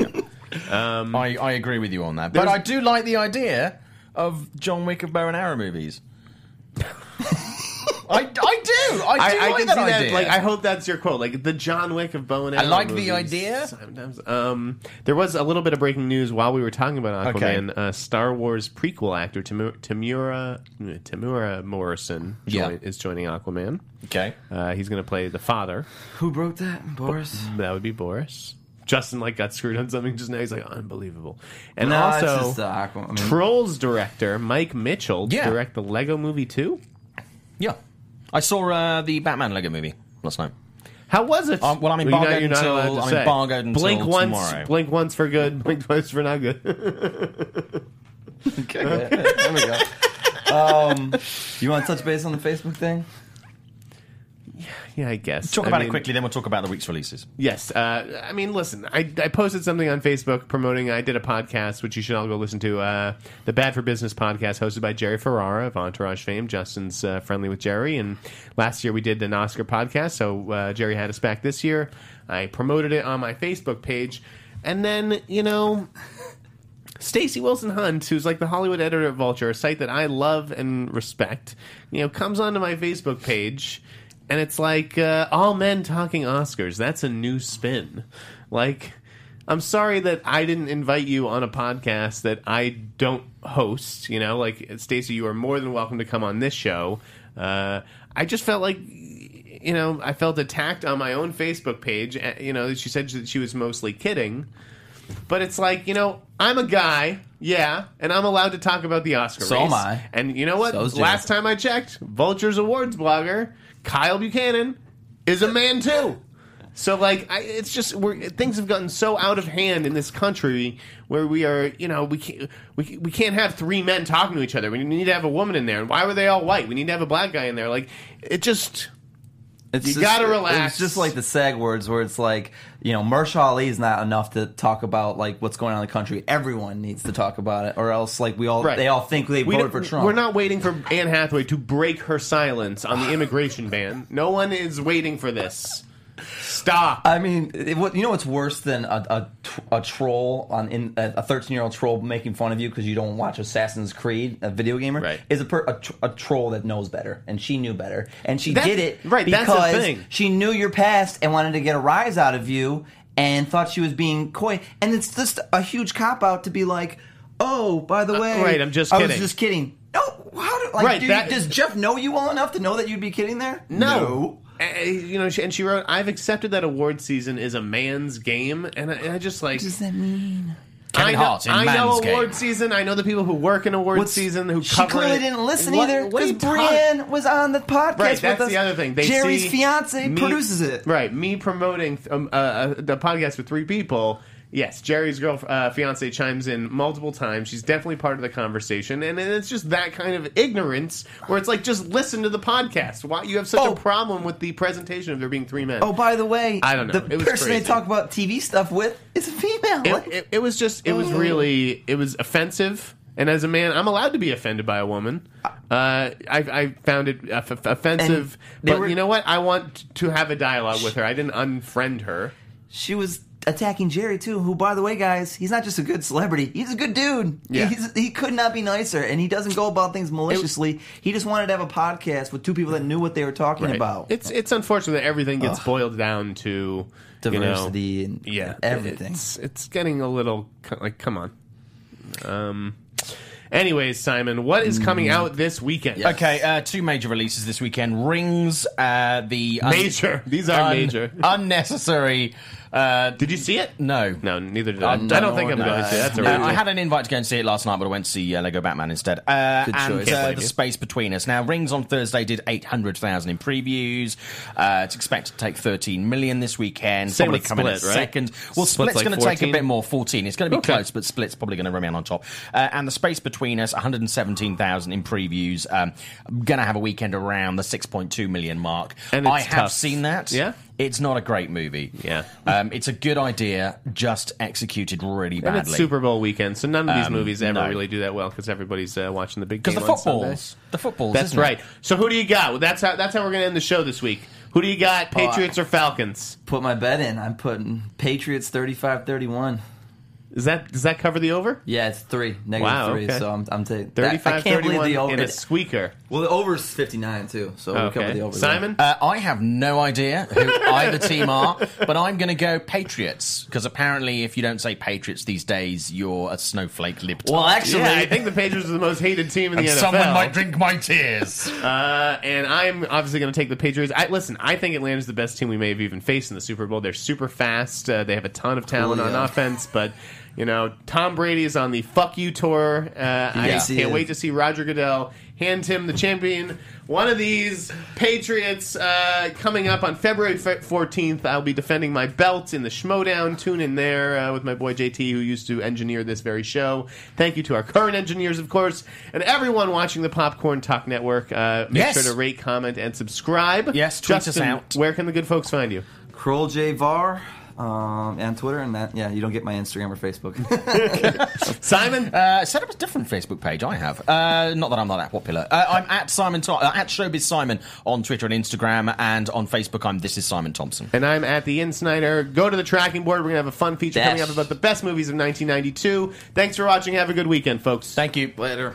C: I, I agree with you on that. But
A: There's-
C: I do like the idea of John Wick of bow and arrow movies. I, I do. I,
A: I,
C: do
A: I
C: like
A: can
C: that
A: see that.
C: idea.
A: Like, I hope that's your quote. Like the John Wick of bow and
C: I
A: arrow.
C: like the
A: movies.
C: idea.
A: Sometimes, um, there was a little bit of breaking news while we were talking about Aquaman. Uh, Star Wars prequel actor Tamura Tamura, Tamura Morrison join,
C: Yeah.
A: is joining Aquaman.
C: okay.
A: Uh, he's going to play the father.
D: Who wrote that, Boris?
A: That would be Boris. Justin like got screwed on something just now. He's like unbelievable. And
D: No,
A: also,
D: it's just the Aquaman. I mean,
A: Mm-hmm. Trolls director Mike Mitchell to
C: Yeah.
A: direct the Lego Movie two.
C: Yeah. I saw uh, the Batman Lego movie last night.
A: How was it?
C: Um, well, I'm
A: you know
C: embargoed
A: you're not
C: until-
A: allowed to
C: I'm
A: say.
C: embargoed until
A: blink once,
C: tomorrow.
A: blink once for good, blink twice for not good.
D: okay, there we go. Um, you want to touch base on the Facebook thing?
A: yeah, I guess.
C: Talk
A: I
C: about
A: mean,
C: it quickly, then we'll talk about the week's releases.
A: Yes, uh, I mean, listen, I, I posted something on Facebook promoting. I did a podcast, which you should all go listen to. Uh, the Bad for Business podcast, hosted by Jerry Ferrara of Entourage fame. Justin's uh, friendly with Jerry, and last year we did an Oscar podcast, so uh, Jerry had us back this year. I promoted it on my Facebook page, and then you know. Stacey Wilson Hunt, who's like the Hollywood editor at Vulture, a site that I love and respect, you know, comes onto my Facebook page and it's like uh, all men talking Oscars. That's a new spin. Like, I'm sorry that I didn't invite you on a podcast that I don't host. You know, like Stacey, you are more than welcome to come on this show. Uh, I just felt like you know, I felt attacked on my own Facebook page. uh, You know, she said that she was mostly kidding, but it's like, you know, I'm a guy, yeah, and I'm allowed to talk about the Oscar
D: So
A: race.
D: am I.
A: And you know what?
D: So's Jim.
A: Last time I checked, Vulture's awards blogger Kyle Buchanan is a man too. So like, I, it's just we're, things have gotten so out of hand in this country where we are, you know, we can't we, we can't have three men talking to each other. We need to have a woman in there. And why were they all white? We need to have a black guy in there. Like, it just.
D: It's
A: You gotta relax.
D: It's just like the SAG words, where it's like, you know, Marsha Ali is not enough to talk about like what's going on in the country. Everyone needs to talk about it, or else like we all
A: Right.
D: they all think they
A: We
D: voted for
A: don't-
D: Trump.
A: We're not waiting for Anne Hathaway to break her silence on the immigration ban. No one is waiting for this. Stop.
D: I mean, it, what, you know what's worse than a a, tr- a troll on in a thirteen year old troll making fun of you because you don't watch Assassin's Creed, a video gamer,
A: Right.
D: is a, per, a, tr- a troll that knows better, and she knew better, and she
A: That's-
D: did it
A: right, that's
D: Because
A: the thing.
D: she knew your past and wanted to get a rise out of you. and thought she was being coy. And it's just a huge cop out to be like, "Oh, by the way,
A: Uh, right, I'm just
D: I was
A: kidding."
D: just kidding." No, how do, like,
A: Right,
D: do
A: that-
D: you, does Jeff know you well enough to know that you'd be kidding there?
A: No. Eh, you know, she, and she wrote, "I've accepted that award season is a man's game," and I, and I just like
D: What does that mean?
A: I
C: Kevin
A: know,
C: Hart's in
A: I know
C: Man's Game.
A: award season. I know the people who work in award season who
D: she
A: cover
D: clearly
A: it.
D: didn't listen
A: What-
D: either
A: what are
D: because
A: you talking-
D: Brienne was on the podcast.
A: Right,
D: with
A: that's
D: us.
A: the other thing. They
D: Jerry's
A: see
D: fiance
A: me-
D: produces it.
A: Right, me promoting um, uh, uh, the podcast with three people. Yes, Jerry's girl uh, fiance chimes in multiple times. She's definitely part of the conversation, and it's just that kind of ignorance where it's like, just listen to the podcast. Why you have such
D: Oh.
A: a problem with the presentation of there being three men?
D: Oh, by the way,
A: I don't know.
D: The
A: It was
D: person they
A: crazy.
D: talk about TV stuff with is a female.
A: it,
D: Like,
A: it, it was just it was really it was offensive and as a man i'm allowed to be offended by a woman uh, I, I found it off- off- offensive
D: they
A: but
D: were-
A: you know what i want to have a dialogue with her i didn't unfriend her
D: she was attacking Jerry too. Who, by the way, guys, he's not just a good celebrity; he's a good dude.
A: Yeah.
D: He's, he could not be nicer, and he doesn't go about things maliciously. he just wanted to have a podcast with two people that knew what they were talking about.
A: it's it's unfortunate that everything gets boiled down to you know,
D: diversity and
A: yeah
D: everything.
A: it's, it's getting a little co- like come on um anyways simon what is coming out this weekend
C: Okay, uh, two major releases this weekend. Rings, uh, the un-
A: Major. These are major.
C: unnecessary. Uh,
A: did you see it
C: no,
A: no neither did i i
C: Uh,
A: don't,
C: no,
A: think i'm
C: no,
A: going to see it. that's a
C: no,
A: really
C: Uh, I had an invite to go and see it last night, but I went to see uh, Lego Batman instead. Uh,
D: Good
C: and
D: choice. Can't
C: Uh,
A: blame
C: the
A: you.
C: space between us. Now, Rings on Thursday did eight hundred thousand in previews. Uh, it's expected to take thirteen million this weekend.
A: Same
C: probably
A: with
C: coming in
A: Split, right?
C: second. Well,
A: Split's
C: Split's,
A: like
C: going to take a
A: 14.
C: bit more. Fourteen. It's going to be
A: Okay.
C: close, but Split's probably going to remain on top. Uh, and the space between us, one hundred seventeen thousand in previews. Um, going to have a weekend around the six point two million mark.
A: And it's
C: I have
A: tough.
C: seen that.
A: Yeah?
C: It's not a great movie.
A: Yeah.
C: Um, it's a good idea, just executed really
A: And
C: badly. Um,
A: it's Super Bowl weekend, so none of these movies ever
C: no.
A: really do that well because everybody's uh, watching the big game
C: because the
A: on Sunday.
C: footballs, the footballs.
A: That's
C: isn't it?
A: right. So who do you got? Well, that's how that's how we're gonna end the show this week. Who do you got? Patriots or Falcons?
D: Put my bet in. I'm putting Patriots 35-31.
A: Is that does that cover the over?
D: Yeah, it's three negative
A: Wow,
D: three.
A: okay.
D: So I'm, I'm taking
A: 35 31
D: the
A: in
D: over.
A: a squeaker.
D: Well, the over's 59 too. So we covered the
A: Okay.
D: over. there.
A: Simon?
C: Uh, I have no idea who either team are, but I'm going to go Patriots because apparently, if you don't say Patriots these days, you're a snowflake lip.
D: Well, actually,
A: yeah, I think the Patriots are the most hated team in the NFL.
C: someone might drink my tears.
A: Uh, and I'm obviously going to take the Patriots. I listen. I think Atlanta's the best team we may have even faced in the Super Bowl. They're super fast. Uh, they have a ton of talent
D: Cool, yeah.
A: on offense, but you know Tom Brady is on the "fuck you" tour. Uh, I
D: Yeah.
A: can't
D: See it.
A: wait to see Roger Goodell hand him the champion. One of these Patriots uh, coming up on February fourteenth. I'll be defending my belt in the Schmodown. Tune in there uh, with my boy JT, who used to engineer this very show. Thank you to our current engineers, of course, and everyone watching the Popcorn Talk Network. Uh, Make
C: Yes.
A: sure to rate, comment, and subscribe.
C: Yes, tweet us
A: Justin,
C: out.
A: Where can the good folks find you?
D: Kroll J Var um, and Twitter and that. Yeah, you don't get my Instagram or Facebook.
A: Simon?
C: Uh, set up a different Facebook page. I have. Uh, not that I'm not that popular. Uh, I'm at Simon Tom- uh, at Showbiz Simon on Twitter and Instagram, and on Facebook I'm This Is Simon Thompson.
A: and I'm at the Insnider. Go to the tracking board. We're going to have a fun feature coming
D: Dash.
A: up about the best movies of 1992. Thanks for watching. Have a good weekend, folks.
C: Thank you.
D: Later.